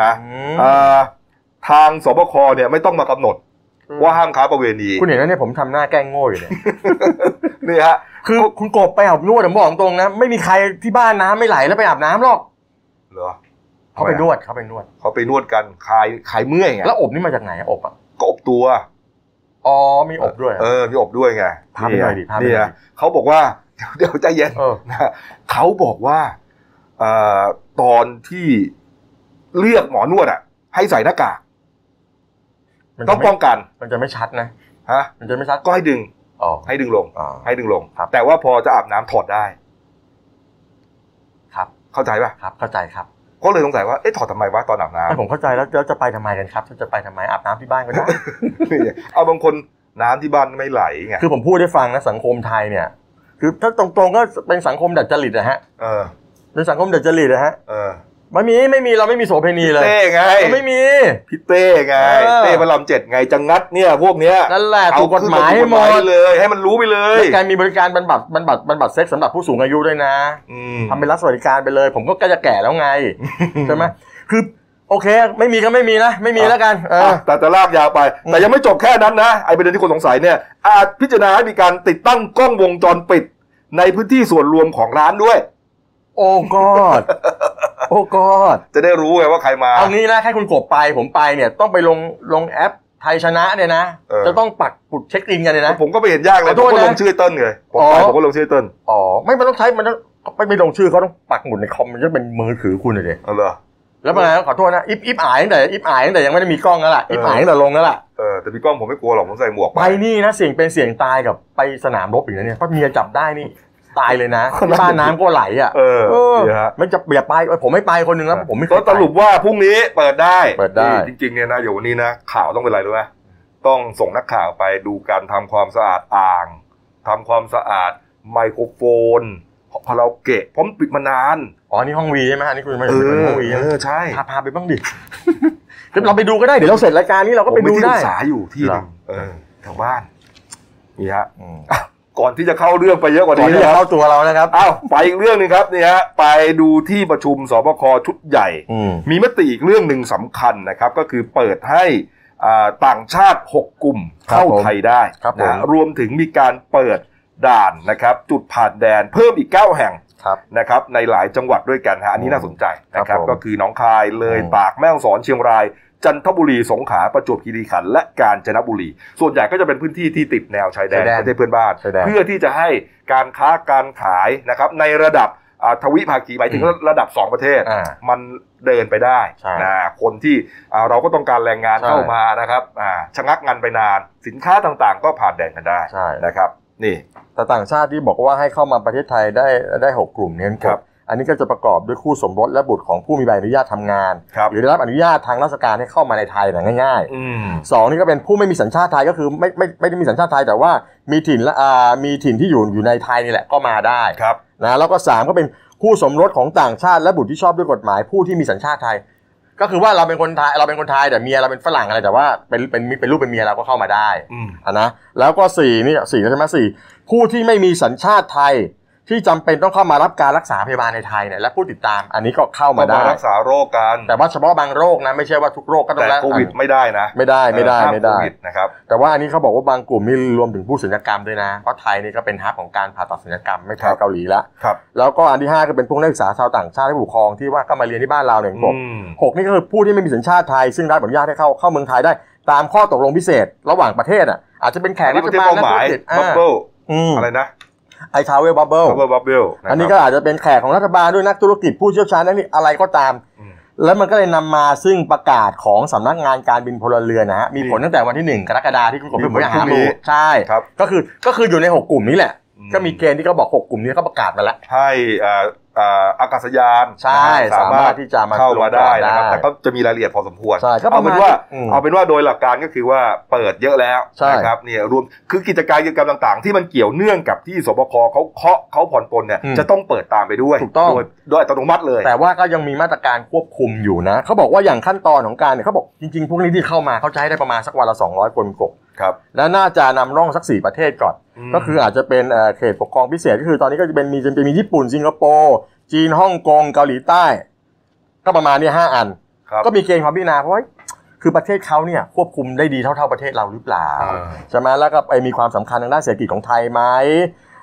นะเอ่อทางสบคเนี่ยไม่ต้องมากำหนดว่าห้ามค้าประเวณี
คุณเห็นไหมเนี่ยผมทำหน้าแกล้งโง่อยู่เนี่ย
นี่ฮะ
คือคุณกบไปอาบนวดผมบอกตรงนะ ไม่มีใครที่บ้านน้ำไม่ไหลแล้วไปอาบน้ำหรอก
เหรอ
เขาไปนวดเขาไปนวด
เขาไปนวดกันคลายคลายเมื่อยไง
แล้วอบนี่มาจากไหนอะอบอ่ะ
ก็อบตัว
อ๋อมีอบด้วยอะ
เออมีอบด้วยไง
พาไปหน่อยดิพาไปหน่อยดิ
นี่ฮะเขาบอกว่า เดี๋ยวเดี๋ยวใจเย็น
เออ
นะเขาบอกว่าเออตอนที่เลือกหมอนวดอ่ะ ให้ใส่หน้ากาก
มัน
ต้
จะ
อง
ไม่
ป้องกัน
มันจะไม่ชัดนะ
ฮะ
มันจะไม่ชัด
ก็ให้ดึง
อ๋อ
ให้ดึงลง
อ่า
ให้ดึงลง
ครับ
แต่ว่าพอจะอาบน้ำถอดได้
ครับ
เข้าใจป่ะ
ครับเข้าใจครับ
ก็เลยสงสัยว่า เอ๊ะถอดทำไมวะตอนอาบน้
ไม่ผมเข้าใจแล้วแล้วจะไปทำไมกันครับจะไปทำไมอาบน้ำที่บ้านก็ได้
ำ นี่เอาบางคนน้ำที่บ้านไม่ไหลไง
คือผมพูดได้ฟังนะสังคมไทยเนี่ย คือถ้าตรงๆก็เป็นสังคมดัดจริตนะฮะ
เออ
เป็นสังคมดัดจริตนะฮะ
เออ
ไม่มีไม่มีเราไม่มีโสเภณีเลย
เต้ไง
เราไม่มี
พี่เต้ไง
เออ
เต้พระรามเจ็ดไงจะงัดเนี่ย พวกเนี้ย
นั่นแหละถูกกฎหมาย
เอ
ให้
ขึ้น
หม
ถูกก
ด
ฎเลย ให้มันรู้ไปเลย
แล้วการมีบริการบรรบัดบรรบัดบรรบัดเซ็กสำหรับผู้สูงอายุด้วยนะ
อืม
ทำเป็นรัฐสวัสดิการไปเลย ผมก็ใกล้จะแก่แล้วไง ใช่ไหมคือโอเค ไม่มีก็ไม่มีนะ ไม่มีแล้วกันเออ
อ่ะแต่จะลากยาวไป
อืม
แต่ยังไม่จบแค่นั้นนะ ไอ้ประเด็นที่คนสงสัยเนี่ย อาจพิจารณาให้มีการติดตั้งกล้องวงจรปิด ในพื้นที่ส่วนรวมของร้านด้วย
โอ้กอดโอ้กอด
จะได้รู้ไงว่าใครมา
เอางี้นะแค่คุณกบไปผมไปเนี่ยต้องไปลงลงแอป ไทยชนะเนี่ยนะ
เออ
จะต้องปักปุดเช็คอินกันเลยนะ
ผมก็ไปเห็นยากเลย
ขอ
ผ
โท
ม
ษนะ
ก็ลงชื่อเติ้ลเลยผมไป
อ๋อ
ผมก็ลงชื่อเติ้ล
อ๋อไม่มันต้องใช้มันต้องไม่ไม่ลงชื่อเขาต้องปักหมุดในคอมมันจะเป็นมือถือคุณเลยดิ
เอาเหรอ
แล้วมาแล้วขอโทษนะอิฟอิฟอายตั้งแต่อิฟอายตั้งแต่ยังไม่ได้มีกล้องแล้วล่ะอิฟ
เอออ
อายตั้งแต่ลงแล้วล่ะ
เออแต่พี่ก้องผมไม่กลัวหรอกผมใส่หมวก
ไปนี่นะเสี่ยงเป็นเสี่ยงตายกับไปสนามรบอีกนะเนี่ยถ้าเมียจับได้นี่ตายเลยนะที่บ้านน้ำก็ไหลอ่ะ
เออ
เออ
ดีฮะ
ไม่จะอย่าไปเออผมไม่ไปคนหนึ่งแล้วผมไม่เคย
ก็
ไป
สรุปว่าพรุ่งนี้เปิดได้
เปิดได้
นี่จริงๆเนี่ยนะเดี๋ยววันนี้นะข่าวต้องเป็นอะไรรู้ไหมต้องส่งนักข่าวไปดูการทำความสะอาดอ่างทำความสะอาดไมโครโฟนพอเราเกะผมปิดมานาน
อ๋อนี่ห้องวีใช่ไหมฮะนี่คุณไม่
เอ
ใช่
อ
ห้องวีใช่
เอ
ไหม
อใช่
พาพาไปบ้างดิ เดี๋ยวเราไปดูก็ได้เดี๋ยวเราเสร็จรายการนี้เราก็ไปดู
ผมที่ป
ได้
รึกษาอยู่ที่หนึ่ง
เหรอ
เออแถวบ้านนี่ฮะ
อืม
ก่อนที่จะเข้าเรื่องไปเยอะกว่า
ก่อน
นี้
ที่จะ
นะครับ
เข้าตัวเรานะครับ
อ้าวไปอีกเรื่องหนึงครับนี่ฮะไปดูที่ประชุมสบคชุดใหญ่
อืม
มีมติอีกเรื่องหนึ่งสำคัญนะครับ ก็คือเปิดให้อ่าต่างชาติ 6 กลุ่ม
ครับ
เข้า
ผม
ไทยได้
ครับผม
นะฮะรวมถึงมีการเปิดด่านนะครับ จุดผ่านแดนเพิ่มอีก 9 แห่ง
ครับ
นะครับ ในหลายจังหวัดด้วยกันฮะอันนี้
อืม
น่าสนใจนะค
ครั
รั
บบ ผม
ก็คือหนองคายเลย
อืม
ตากแม่ฮ่องสอนเชียงราย จันทบุรีสงขลาประจวบคีรีขันธ์และกาญจนบุรี ส่วนใหญ่ก็จะเป็นพื้นที่ที่ติดแนวชายแดน
ชา
ประ
ยแดน
เทศเพื่อนบ้าน
ชายแดน
เพื่อที่จะให้การค้าการขายนะครับ ในระดับอ่าทวิภาคีหมายถึง
อืม
ระดับสองประเทศ
อ่า
มันเดินไปได้
ใช่
นะคนที่อ่าเราก็ต้องการแรงงาน
ใช่
เข้ามานะครับอ่าชะงักงานไปนาน สินค้าต่างๆ ก็ผ่านแดนกันได้
ใช่
นะครับ นี่
แต่ต่างชาติที่บอกว่าให้เข้ามาประเทศไทยได้ได้หกกลุ่มเนี่ย
ค
ค
รั
รับ บ อันนี้ก็จะประกอบด้วยคู่สมรสและบุตรของผู้มีใบอนุญาตทำงาน
ครับ
หรือได้รับอนุญาตทางราชการให้เข้ามาในไทยนะง่าย
อืม
ๆสองนี่ก็เป็นผู้ไม่มีสัญชาติไทยก็คือไม่ไม่ไม่ได้มีสัญชาติไทยแต่ว่ามีถิ่นละอ่ามีถิ่นที่อยู่อยู่ในไทยนี่แหละก็มาได้
ครับ
นะแล้วก็สามก็เป็นคู่สมรสของต่างชาติและบุตรที่ชอบด้วยกฎหมายผู้ที่มีสัญชาติไทย ก็คือว่าเราเป็นคนไทยเราเป็นคนไทยแต่เมียเราเป็นฝรั่งอะไรแต่ว่าเป็นเป็นเป็นลูกเป็นเมียเราก็เข้ามาได้
อืม
อ่ะนะแล้วก็สี่นี่สี่แล้วใช่ไหมสี่ผู้ที่ไม่มีสัญชาติไทย ที่จำเป็นต้องเข้ามารับการรักษาพยาบาลในไทยเนี่ยและผู้ติดตามอันนี้ก็เข้า
ก็
มา
มา
ได้
รักษาโรคกัน
แต่ว่าเฉพาะบางโรคนะไม่ใช่ว่าทุกโรคก็ต้อง
แต่
รัก
โควิดไม่ได้นะ
ไม่ได้ไม่ได้
เออห้า
ไม่ได้
โควิดนะครับ
แต่ว่าอันนี้เขาบอกว่าบางกลุ่มนี่รวมถึงผู้ศัลยกรรมด้วยนะเพราะไทยนี่ก็เป็นฮับของการผ่าตัดศัลยกรรมไม่
ค
แพ้
รับ
เกาหลีละ
ครับ
แล้วก็อันที่ห้าก็เป็นพวกนักศึกษาชาวต่างชาติและผู้ปกครองที่ว่าก็มาเรียนที่บ้านเราเนี่ยผมบอก
อืม
หกนี่ก็คือผู้ที่ไม่มีสัญชาติไทย ซึ่งรัฐอนุญาตให้เข้าเข้าเมืองไทยได้ ตามข้อตกลงพิเศษ ระหว่างประเทศอ่ะอาจจะเป็นแข
อัน
ก
นี้
รั
ป
ฐ
ระเทศเป้าห
บาลนัก
มาย
ธุรกิจ
บับ
อ่า
เบิ้ล
อืม
อะไรนะ
ไอทาวเวลบับเบิล
บับเบิ้ลบับเบิ้ล
อันนี้ก็อาจจะเป็นแขกของรัฐบาลด้วยนักธุรกิจผู้เชี่ยวชาญนั่นนี่อะไรก็ตาม แล้วมันก็เลยนำมาซึ่งประกาศของสำนักงานการบินพลเรือนนะฮะ มีผลตั้งแต่วันที่ 1 กรกฎาคมที่คุณกบเป็นผู้บริหารอยู่ใช่
ครับ
ก็คือก็คืออยู่ใน 6 กลุ่มนี้แหละ
อื
ก็มีเกณฑ์ที่เขาบอก 6 กลุ่มนี้เขาประกาศมาแล้ว
ให้อ่าอ่าอากาศยาน
ใช่
นะฮะ
สามารถที่จะมา
เข้ามาได้นะครับ
ลงจอ
แต่ก็จะมีรายละเอียดพอสมควร
ใช่ก็ป
เอา
ระมา
เป็
ณ
นว่า
อืม
เอาเป็นว่าโดยหลักการก็คือว่าเปิดเยอะแล้ว
ใช่
นะครับเนี่ยรวมคือกิจการกิจกรรมต่างๆ ที่มันเกี่ยวเนื่องกับที่สบคเขาเคาะเขาผ่อนปลนเนี่ยจะต้องเปิดตามไปด้วย
ถูกต้อง
โดยโดยอัตโนมัติเลย
แต่ว่าก็ยังมีมาตรการควบคุมอยู่นะเขาบอกว่าอย่างขั้นตอนของการเนี่ยเขาบอกจริงๆพวกนี้ที่เข้ามาเขาจะให้ได้ประมาณสักวันละ 200 คนกบ
ครับ
และน่าจะนำร่องสักสี่ประเทศก่อน
อืม
ก็คืออาจจะเป็นเอ่อเขตปกครองพิเศษก็คือตอนนี้ก็จะเป็นมีจะมีญี่ปุ่นสิงคโปร์จีนฮ่องกงเกาหลีใต้ ก็ประมาณเนี้ห้าอัน
ครับ
ก็มีเกณฑ์ความพิจารณาเพราะว่าคือประเทศเขาเนี่ยควบคุมได้ดีเท่าๆประเทศเราหรือเปล่า
อ่า
ใช่ไหมแล้วก็ไปมีความสำคัญทางด้านเศรษฐกิจของไทยไหม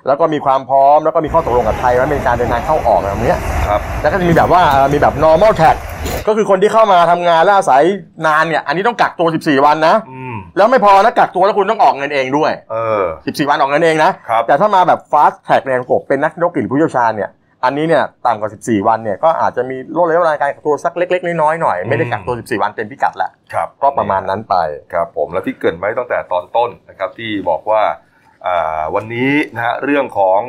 แล้วก็มีความพร้อมแล้วก็มีข้อตกลงกับไทยว่าเป็นการเดินทางเข้าออกอะไรแบบเนี้ย
ครับ
แล้วก็จะมีแบบว่าเอ่อมีแบบ normal tag ก็คือคนที่เข้ามาทำงานและอาศัยนานเนี่ย อันนี้ต้องกักตัว 14 วันนะ
อืม
แล้วไม่พอนะกักตัวแล้วคุณต้องออกเงินเองด้วย
เออ
14 วันออกเงินเองนะ
ครับ
แต่ถ้ามาแบบ fast tag แรงกบเป็นนักธุรกิจหรือผู้เชี่ยวชาญเนี่ย อันนี้เนี่ยต่ำกว่า 14 วันเนี่ยก็อาจจะมีลดระยะเวลาการกักตัวสักเล็ก ๆ น้อยๆหน่อยไม่ได้กักตัว 14 วันเต็มพิกัดละ
ครับ
ก็ประมาณนั้นไป
ครับผมและที่เกรินไว้ตั้งแต่ตอนต้นนะครับที่บอกว่าอ่าวันนี้นะฮะเรื่องของ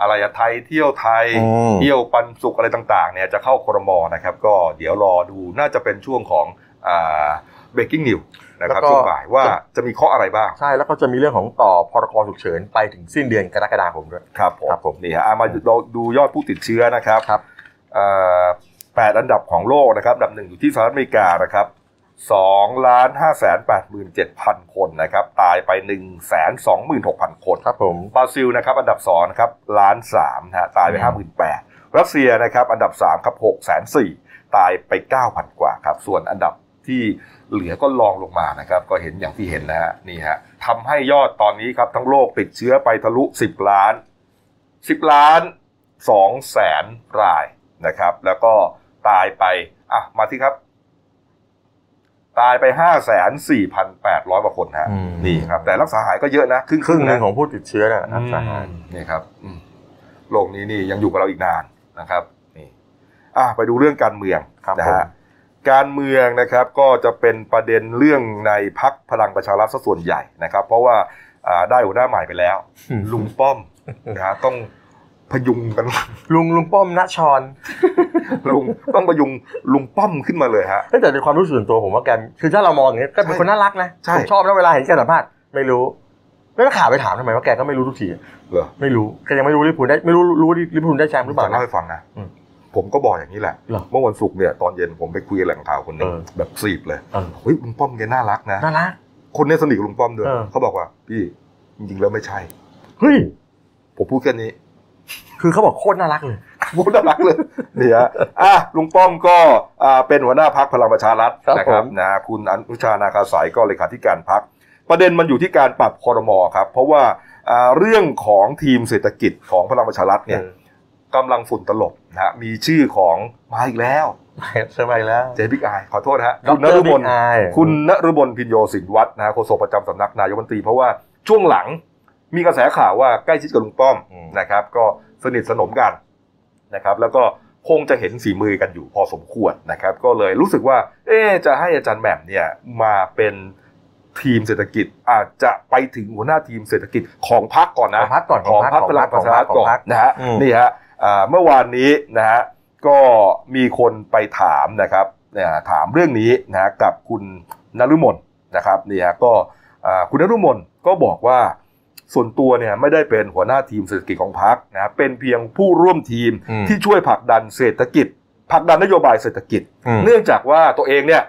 อะไรอะไทยเที่ยวไทย
อืม
เที่ยวปันสุกอะไรต่างๆเนี่ยจะเข้าครมนะครับ ก็เดี๋ยวรอดูน่าจะเป็นช่วงของเบรกกิ้งนิวนะครับ
แล้วก็
ช่วงบ่ายว่าจะมีข้ออะไรบ้าง
ใช่แล้วก็จะมีเรื่องของต่อพรกฉุกเฉินไปถึงสิ้นเดือนกรกฎาคมด้วย
ครับผม
ครับผม
นี่ฮะอ่ะมาเราดูยอดผู้ติดเชื้อนะครับ
ครับ
อ่าแปดอันดับของโลกนะครับอันดับหนึ่งอยู่ที่สหรัฐอเมริกานะครับสองล้านห้าแสนแปดหมื่นเจ็ดพันคนนะครับตายไปหนึ่งแสนสองหมื่นหกพันคน
ครับผม
บราซิลนะครับอันดับ2นะครับล้านสามนะฮะตายไป
อื
5
ม
8 0 0 0รัสเซียนะครับอันดับ3ครับ6 4 0 0 0ตายไป 9,000 กว่าครับ ส่วนอันดับที่เหลือก็ลองลงมานะครับก็เห็นอย่างที่เห็นนะฮะนี่ฮะทำให้ยอดตอนนี้ครับทั้งโลกติดเชื้อไปทะลุ 10 ล้าน 10 ล้าน2แสนรายนะครับ แล้วก็ตายไปอ่ะมาที่ครับ ตายไป 5 4 8 0 0กว่าคนฮะ
อืม
นี่ครับ แต่รักษาหายก็เยอะนะ ครึ่ง
ครึ่งหนึ่ง
นะ
ของผู้ติดเชื้อนะรักษาหาย
อืมนี่ครับอืมโรคนี้นี่ยังอยู่กับเราอีกนานนะครับนี่อ่ะไปดูเรื่องการเมือง
ครับ
นะ
ผม
ฮะการเมืองนะครับก็จะเป็นประเด็นเรื่องในพักพลังประชารัฐซะส่วนใหญ่นะครับ เพราะว่าอ่าได้หัวหน้าใหม่ไปแล้ว ลุงป้อมนะฮะต้องพยุงกัน
ลุงลุงป้อมณชร
ลุงต้องพยุงลุงป้อมขึ้นมาเลยฮะ
เอ้ยแต่ในความรู้สึกส่วนตัวผมว่าแกคือถ้าเรามองอย่างนี้ยแกเป็นคนน่ารักนะ
ใช่
ผมชอบนะเวลาเห็นแกสัมภาษณ์ไม่รู้แล้วนักข่าวไปถามทำไมว่าแกก็ไม่รู้ทุกที
เหรอ
ไม่รู้แกยังไม่รู้ลิปูลได้ไม่รู้รู้ลิปูลได้แชมป์หรือเปล่า
จะ
นะ
เล่าให้ฟังนะ
อืม
ผมก็บอกอย่างนี้แหละ
เหรอ
เมื่อวันศุกร์เนี่ยตอนเย็นผมไปคุยกับแหล่งข่าวคนหนึง
เออ
แบบสีบเลย
เออ
เฮ้ยลุงป้อมแกน่ารักนะ
น่ารัก
คนเนี้สนิทกับลุงป้อมด้วย
เออ
เขาบอกว่า พี่จริงๆแล้วไม่ใช่
เฮ้ย
ผมพูดแค่นี้
คือเขาบอกโคตรน่ารักเลย
พูดน่ารักเลย เนี่ยอ่ะลุงป้อมก็อ่าเป็นหัวหน้าพักพลังประชารัฐ
ครับ
นะครับ
ผม
นะคุณอนุชานาคาสายก็เลขาธิการพัก ประเด็นมันอยู่ที่การปรับคอรมอครับ เพราะว่าอ่าเรื่องของทีมเศรษฐกิจของพลังประชารัฐเนี่ย กำลังฝุ่นตลบนะฮะมีชื่อของมาอีกแล้ว
ไม่สบายแล้ว
เจบิ๊กอายขอโทษนะฮะ
ด
คุณน
ร
ฤบ
บิ๊
ล
กอาย
คุณนฤบลพินโยสินวัฒน์นะฮะโฆษกประจำสำนักนายกรัฐมนตรีเพราะว่าช่วงหลังมีกระแสข่าวว่าใกล้ชิดกับลุงป้อมนะครับ ก็สนิทสนมกันนะครับ แล้วก็คงจะเห็นสีมือกันอยู่พอสมควรนะครับ ก็เลยรู้สึกว่า เอ๊ะจะให้อาจารย์แหม่มเนี่ยมาเป็นทีมเศรษฐกิจอาจจะไปถึงหัวหน้าทีมเศรษฐกิจของพรรคก่อน
ข
นะ
องพักก่อน
ของพรรคพลังประชารัฐ
ขง
ก่อน
พรรค
นะฮะ
อืม
นี่ฮะอ่าเมื่อวานนี้นะฮะก็มีคนไปถามนะครับเนี่ยถามเรื่องนี้นะฮะกับคุณนรุมนนะครับนี่ฮะก็อ่าคุณนรุมนก็บอกว่าส่วนตัวเนี่ยไม่ได้เป็นหัวหน้าทีมเศรษฐกิจของพรรคนะฮะเป็นเพียงผู้ร่วมทีม
อืม
ที่ช่วยผลักดันเศรษฐกิจผลักดันนโยบายเศรษฐกิจ
อืม
เนื่องจากว่าตัวเองเนี่ย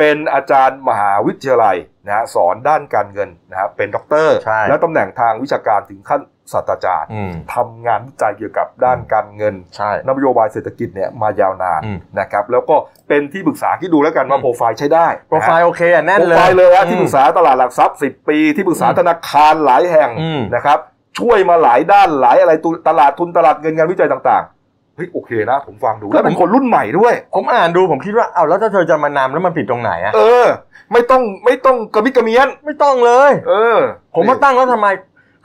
เป็นอาจารย์มหาวิทยาลัยนะฮะสอนด้านการเงินนะฮะเป็นด็อกเตอร์
ใช่
และตำแหน่งทางวิชาการถึงขั้นศาสตราจารย์
อืม
ทำงานวิจัยเกี่ยวกับด้านการเงิน
ใช่
นโยบายเศรษฐกิจเนี่ยมายาวนาน
อืม
นะครับ แล้วก็เป็นที่ปรึกษาที่ดูแล้วกันว่า
อืม
โปรไฟล์ใช้ได้
โปรไฟล์โอเคอ่ะ
นะฮะ
แน่น
โปรไฟ
เลย
ล์เลยนะที่
อืม
ปรึกษาตลาดหลักทรัพย์ 10 ปี ที่ปรึกษา
อืม
ธนาคารหลายแห่ง
อืม
นะครับ ช่วยมาหลายด้านหลายอะไรตุตลาดทุนตลาดเงินงานวิจัยต่างๆเฮ้ยโอเคนะ ผมฟังดูแล้วเป็นคนรุ่นใหม่ด้วย
ผมอ่านดูผมคิดว่าเอาแล้วถ้าเธอจะมานำแล้วมันผิดตรงไหนอ่ะ
เออ ไม่ต้องไม่ต้องกระมิดกระเมียน
ไม่ต้องเลย
เออ
ผมมาตั้งแล้วทำไม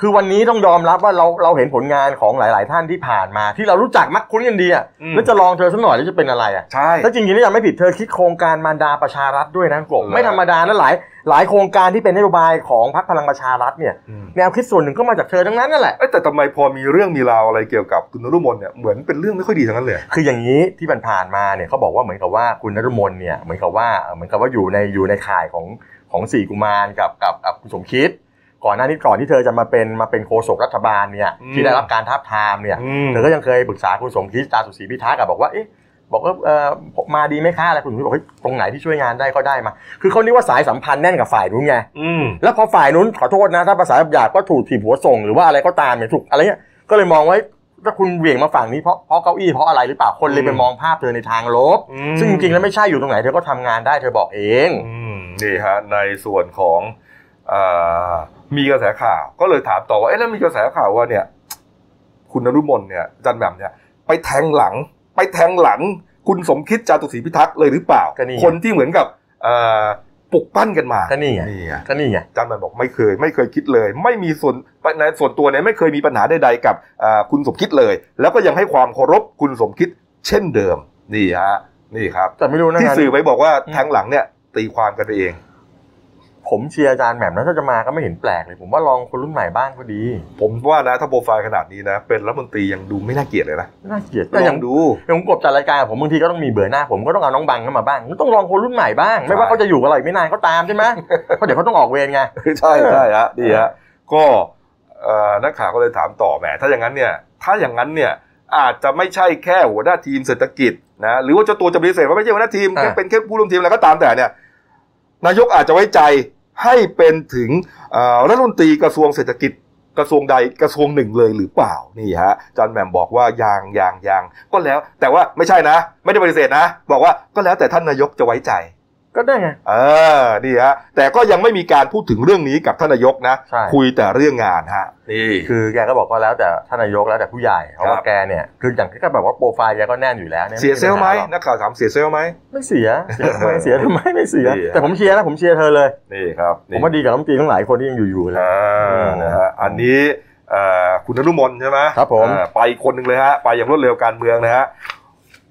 คือวันนี้ต้องยอมรับว่าเราเราเห็นผลงานของหลาย ๆ ท่านที่ผ่านมา ที่เรารู้จักมักคุ้นกันดีอ่ะ
อืม
แล้วจะลองเธอสักหน่อยแล้วจะเป็นอะไรอ่ะ
ใช่
ถ้าจริงๆนี่ยังไม่ผิดเธอคิดโครงการมารดาประชารัฐด้วยนะกบ
เหรอ
ไม่ธรรมดานะหลายหลายโครงการที่เป็นนโยบายของพรรคพลังประชารัฐเนี่ย
อืม
แนวคิดส่วนหนึ่งก็มาจากเธอทั้งนั้นนั่นแหละ
เอ้ยแต่ทำไมพอมีเรื่องมีราวอะไรเกี่ยวกับคุณนรุมนเนี่ยเหมือนเป็นเรื่องไม่ค่อยดีทั้งนั้นเลย
คืออย่างนี้ที่มันผ่านมาเนี่ยเขาบอกว่าเหมือนกับว่าคุณนรุมนเนี่ยเหมือนกับว่าเอ่อเหมือนกับว่าอยู่ในอยู่ในข่ายของของสี่กุมารกับกับกับคุณสมคิด ก่อนหน้านี้ก่อนที่เธอจะมาเป็นมาเป็นโฆษกรัฐบาลเนี่ย
อืม
ที่ได้รับการท้าบทามเนี่ยเธอก็ยังเคยปรึกษาคุณสมคิดตาสุศรีพิทักษ์อะบอกว่าเอ๊ะบอกว่าเออผมมาดีไหมคะอะไรคุณสมคิดบอกเฮ้ยตรงไหนที่ช่วยงานได้ก็ได้มา คือเขาเรียกว่าสายสัมพันธ์แน่นกับฝ่ายนู้นไง
อืม
แล้วพอฝ่ายนู้นขอโทษนะถ้าภาษาหยาบๆก็ถูกถีบหัวส่งหรือว่าอะไรก็ตามเนี่ยถูกอะไรเงี้ยก็เลยมองว่าถ้าคุณเหวี่ยงมาฝั่งนี้เพราะเพราะเก้าอี้เพราะอะไรหรือเปล่าคนเลยไป
อืม
มองภาพเธอในทางลบ
อืม
ซึ่งจริงๆแล้วไม่ใช่อยู่ตรงไหนเธอก็ทำงานได้เธอบอกเอง
อืมนี่ฮะในส่วนของอ่ามีกระแสข่าวก็เลยถามต่อว่าเอ๊ะแล้วมีกระแสข่าวว่าเนี่ย คุณนรุมนเนี่ยอาจันแหม่มเนี่ยไปแทงหลัง ไปแทงหลัง คุณสมคิดจาตุศรีพิทักษ์เลยหรือเปล่า คนที่เหมือนกับอ่าปลุกปั้นกันมา
ก็นี่ไง
นี่ไง
ก็นี่ไง
อาจารย์มันบอกไม่เคยไม่เคยคิดเลย ไม่มีส่วนในส่วนตัวเนี่ยไม่เคยมีปัญหาใดๆกับอ่าคุณสมคิดเลย แล้วก็ยังให้ความเคารพคุณสมคิดเช่นเดิมนี่ฮะนี่ครับ
แต่ไม่รู้นะ
ที่
งาน
สื่อไปบอกว่าทางหลังเนี่ยตีความกันไปเอง
ผมเชียร์อาจารย์แหม่มนะถ้าจะมาก็ไม่เห็นแปลกเลย ผมว่าลองคนรุ่นใหม่บ้างก็ดี
ผมว่านะถ้าโปรไฟล์ขนาดนี้นะ เป็นรัฐมนตรียังดูไม่น่าเกลียดเลยนะ
ไม่น่าเกลียด
ล
ก็
อ
ยัง
ง
ดู
ดู
ผมกบจัดรายการผมบางทีก็ต้องมีเบื่อหน้าผมก็ต้องเอาน้องบังเข้ามาบ้างต้องลองคนรุ่นใหม่บ้างไม่ว่าเขาจะอยู่กับเราอีกไม่นานก็ตามใช่ไหมเพราะเดี๋ยวเขาต้องออกเวรไง
ใช่ใช่ฮะดีฮะก็เอ่อนักข่าวก็เลยถามต่อแหมถ้าอย่างนั้นเนี่ยถ้าอย่างนั้นเนี่ยอาจจะไม่ใช่แค่หัวหน้าทีมเศรษฐกิจนะหรือว่าเจ้าตัวจะปฏิเสธว่าไม่ใช่หัวหน้าทีม
อ่า
แค่เป็นแค่ผู้ร่วมทีมแล้วก็ตามแต่เนี่ย นายกอาจจะไว้ใจให้เป็นถึงเอ่อรัฐมนตรีกระทรวงเศรษฐกิจกระทรวงใดกระทรวงหนึ่งเลยหรือเปล่านี่ฮะอาจารย์แหม่มบอกว่ายางยางยางก็แล้ว แต่ว่าไม่ใช่นะ ไม่ได้ปฏิเสธนะ บอกว่าก็แล้วแต่ท่านนายกจะไว้ใจ
ก็ได้ไง
เออนี่ฮะแต่ก็ยังไม่มีการพูดถึงเรื่องนี้กับท่านนายกนะ
ใช่
คุยแต่เรื่องงานฮะนี่
คือแกก็บอกว่าแล้วแต่ท่านนายกแล้วแต่ผู้ใหญ่เพราะ
ค
ว่า
รับ
แกเนี่ยคืออย่างที่ก็แบบว่าโปรไฟล์แกก็แน่นอยู่แล้วนี่
เสียเซลลไหม
ปัญารอก
นักข่าวถามเสียเซลลไหม
ไม่เสีย เสียทำไมเสียทำไมไม่เสีย
ดีอะ
แต่ผมเชียร์นะผมเชียร์เธอเลย
นี่ครับ
ผ
นี่
มว่าดีกับรัฐมนตรีทั้งหลายคนที่ยังอยู่ๆเลย
อ่านะฮะอันนี้เอ่อคุณนรุมนใช่ไหม
ครับผม
เอ่อไปคนหนึ่งเลยฮะไปอย่างรวดเร็วการเมืองนะฮะ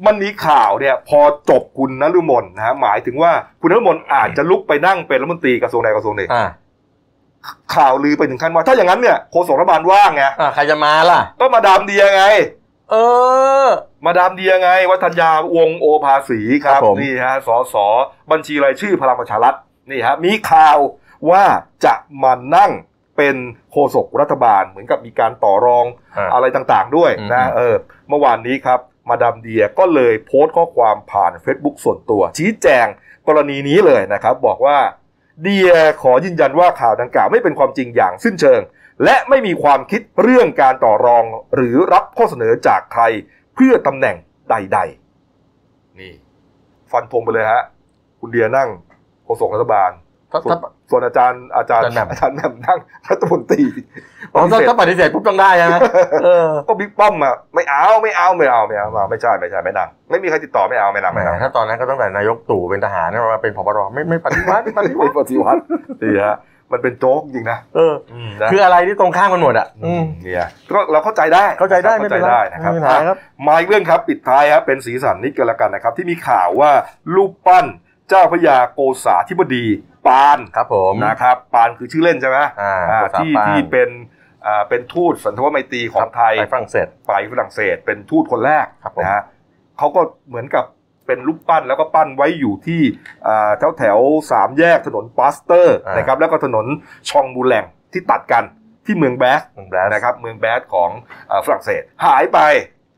มันมีข่าวเนี่ยพอจบคุณนรุมนนะฮะหมายถึงว่าคุณนรุมนอาจจะลุกไปนั่งเป็นรัฐมนตรีกระทรวงใดกระทรวงหนึ่ง
อ่า
ข่าวลือไปถึงขั้นว่า ถ้าอย่างนั้นเนี่ยโฆษกรัฐบาลว่างไง
อ่าใครจะมาล่ะ
ก็มาดามเดียไง
เออ
มาดามเดียไง วัฒนยาวงศ์โอภาสีค
ครั
รับบ
ผม
นี่ฮะสสบัญชีรายชื่อพลังประชารัฐนี่ฮะมีข่าวว่าจะมานั่งเป็นโฆษกรัฐบาลเหมือนกับมีการต่อรอง
อ่า
อะไรต่างๆด้วยนะ
อืม
เออเมื่อวานนี้ครับมาดามเดียก็เลยโพสต์ข้อความผ่าน Facebook ส่วนตัว ชี้แจงกรณีนี้เลยนะครับ บอกว่าเดียขอยืนยันว่าข่าวดังกล่าวไม่เป็นความจริงอย่างสิ้นเชิง และไม่มีความคิดเรื่องการต่อรองหรือรับข้อเสนอจากใครเพื่อตำแหน่งใด ๆ นี่ ฟันธงไปเลยฮะ คุณเดียนั่งโฆษกรัฐบาล
ถ้าถ้า
ส่วนอาจารย์อาจารย์
อาจารย์แหม่ม
อาจารย์แหม่มนั่ง รัฐมนตรี
อ๋อถ้าถ้าปฏิเสธปุ๊บต้องได้ใช่ ไหมเออ
ก็บิ๊กป้อมอะไม่เอาไม่เอาไม่เอาไม่เอาไม่เอาไม่ใช่ไม่ใช่ไม่นั่งไม่มีใครติดต่อไม่เอาไม่นั่ง
แหม
ไม่นั่ง
ถ้าตอนนั้นก็ตั้งแต่นายกตู่เป็นทหารเนี่ยมาเป็นผบรไม่ไม่ปฏิวัติไม่ปฏิวั
ไม่
ติ
ปฏิ วัติดีฮะมันเป็นโจ๊กจริงนะ
เออ
นะ
คืออะไรที่ตรงข้ามกันหมดอ่ะอืม
เนี่ยก็เราเข้าใจได้
เข้าใจได้ไม่
เข้า
เป็
ใจ
นไร
ได้นะครับ
ไม่เป็นไรครับ
มาอีกเรื่องครับปิดท้ายครับเป็นสีสันนิดกันละกันนะครับ ที่มีข่าวว่ารูปปั้นเจ้าพระยาโกษาธิบดีปาน
ครับผม
นะครับปานคือชื่อเล่นใช่ไหม
อ่า
อ่า
ภาษา
ที่
ปาน
ที่เป็นอ่าเป็นทูตสันทวไมตรีของไทย
ไปฝรั่งเศส
ไปฝรั่งเศส เป็นทูตคนแรก
ครับผม
นะฮะเขาก็เหมือนกับเป็นรูปปั้นแล้วก็ปั้นไว้อยู่ที่แถวแถวๆสามแยกถนนปาสเตอร์นะครับแล้วก็ถนนชองบูแลงที่ตัดกันที่เมืองแบส
แบรนด์
นะครับเมืองแบสของเอ่อฝรั่งเศส หายไป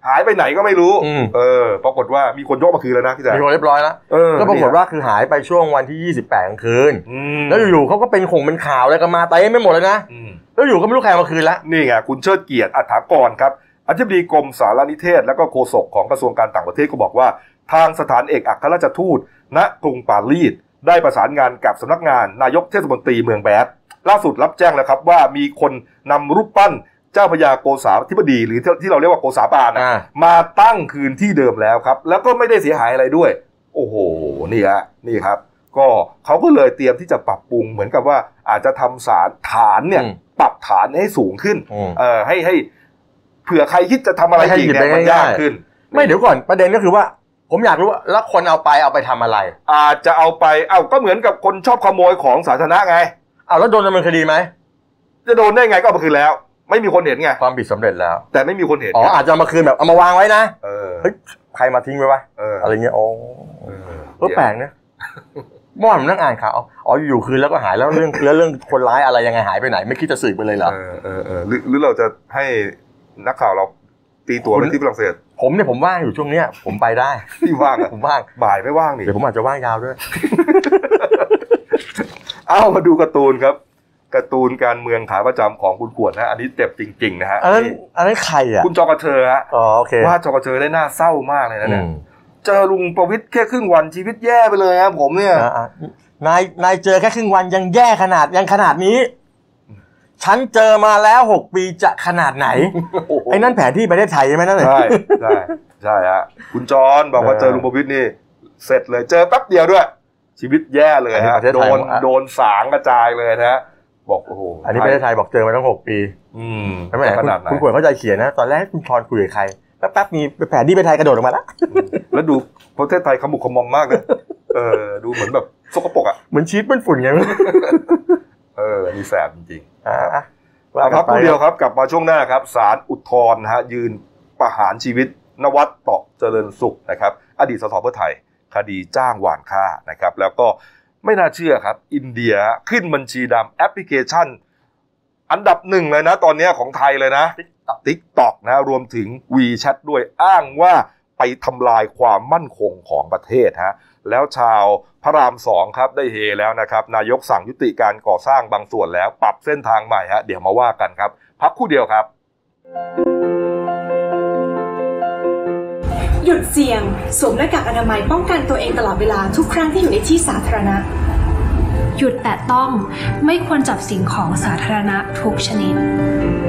หายไปไหนก็ไม่รู้
อืม
เออปรากฏว่ามีคนยกมาคืนแล้วนะพี่แจ๊ค
มีคนเรียบร้อยแล้ว
เออ
ก็ปรากฏว่าคือหายไปช่วงวันที่ 28กลางคืน
อืม
แล้วอยู่ๆเขาก็เป็นข่งเป็นข่าวอะไรกันมาเต็มไปหมดเลยนะ
อืม
แล้วอยู่ก็ไม่รู้ใครเอามาคืนละ
นี่ไงคุณเชิดเกียรติอัฐากรครับอธิบดีกรมสารนิเทศ และก็โฆษกของกระทรวงการต่างประเทศก็บอกว่า ทางสถานเอกอัครราชทูต ณกรุงปารีสได้ประสานงานกับสำนักงานนายกเทศมนตรีเมืองแบสล่าสุดรับแจ้งแล้วครับว่ามีคนนำรูปปั้นเจ้าพระยาโกษาธิบดี หรือที่เราเรียกว่าโกษาปานนะ
อ่า
มาตั้งคืนที่เดิมแล้วครับ แล้วก็ไม่ได้เสียหายอะไรด้วย โอ้โหนี่ฮะนี่ครับ ก็เขาก็เลยเตรียมที่จะปรับปรุงเหมือนกับว่าอาจจะทำสารฐานเนี่ย
อืม
ปรับฐานให้สูงขึ้น
อืม
เออให้ให้เผื่อใครคิดจะทำอะไร
ให้
อีก
หยิบ
เนี่ย
ไป
มันยา
ง่ายๆ
กขึ้น
ไม่เดี๋ยวก่อนประเด็นก็คือว่า ผมอยากรู้ว่าแล้วคนเอาไปเอาไปทำอะไร
อาจจะเอาไปเอ้าก็เหมือนกับคนชอบขโมยของสาธารณะไง
เอาแล้วโดนดำเนินคดีไหม
จะโดนได้ไงก็เอามาคืนแล้ว ไม่มีคนเห็นไง
ความผิดสำเร็จแล้ว
แต่ไม่มีคนเห็น
อ๋ออาจจะเอามาคืนแบบเอามาวางไว้นะ
เออ
เฮ้ย ใครมาทิ้งไว้วะ
เออ
อะไรเงี้ยโอ้
เออ
ก็แปลกนะเมื่อวานผมนั่งอ่านข่าวอ๋ออยู่คืนแล้วก็หายแล้วเรื่องแล้วเรื่องคนร้ายอะไรยังไงหายไปไหน ไม่คิดจะสืบไปเลยเหรอ
เออเออเออหรือหรือเราจะให้นักข่าวเราตีตัวไปที่ฝรั่งเศส
ผมเนี่ยผมว่างอยู่ช่วงเนี้ยผมไปได้
ที่ว่างอะ
ผมว่าง
บ่ายไม่ว่างนี่
เดี๋ยวผมอาจจะว่างยาวด้วย
เอามาดูการ์ตูนครับ การ์ตูนการเมืองขาประจำของคุณขวดนะ อันนี้เจ็บจริง ๆ นะฮะ
อันนั้น
นี่
อันนั้นใครอ่ะ
คุณจอกระเชอฮะ
อ๋อโอเคว
าดจอกระเชอได้หน้าเศร้ามากเลยนะ
อื
เนี่ย
ม
เจอลุงประวิทย์แค่ครึ่งวันชีวิตแย่ไปเลยครับผมเนี่ย
อ่ะอ่ะนายนายเจอแค่ครึ่งวันยังแย่ขนาดยังขนาดนี้ ฉันเจอมาแล้วหกปีจะขนาดไหน
โอ้โห
ไอ้นั่นแผนที่ประเทศไทยใช่ไหมนั่นน่ะ
ใช่ใช่ใช่ฮะคุณจอนบอกว่า
เออ
เจอลุงประวิทย์นี่ เสร็จเลยเจอแป๊บเดียวด้วย ชีวิตแย่เลย
อันนี้
ฮะ
ประเทศ
โด
ไทย
น
หมดอะ
โดนสางกระจายเลยนะฮะบอกโอ้โห
อันนี้ประเทศไทยบอกเจอมาตั้งหกปี
อืม
ใช่ไหม
จะขนาดไหน
คุณขวดเข้าใจเขียนนะ ตอนแรกคุณพรคุยกับใครแป๊บๆมีแผนที่ประเทศไทยกระโดดออกมาแล้ว
แล้วดูประเทศไทยขมุกขมอมมากเลย เออ ดูเหมือนแบบสกปรกอ่ะ
เหมือนชีสเป็นฝุ่นไงไม่รู้
เออนี่แสบจริง
อ่ะอ่ะ
ๆเอาพักค
ไป
รู่เดียวครับ กลับมาช่วงหน้าครับสารอุทธรณ์นะฮะ ยืนประหารชีวิต นวัดต่อเจริญสุขนะครับ อดีตสสเพื่อไทย คดีจ้างหวานค่านะครับ แล้วก็ไม่น่าเชื่อครับ อินเดียขึ้นบัญชีดำแอปพลิเคชัน อันดับหนึ่งเลยนะ ตอนเนี้ยของไทยเลยนะ ทิกตอกนะรวมถึง WeChat ด้วยอ้างว่าไปทำลายความมั่นคงของประเทศฮะแล้วชาวพระรามสองครับได้เฮแล้วนะครับ นายกสั่งยุติการก่อสร้างบางส่วนแล้วปรับเส้นทางใหม่ฮะเดี๋ยวมาว่ากันครับ พักครู่เดียวครับ
หยุดเสี่ยง สวมหน้ากากอนามัยป้องกันตัวเองตลอดเวลาทุกครั้งที่อยู่ในที่สาธารณะ
หยุดแตะต้องไม่ควรจับสิ่งของสาธารณะทุกชนิด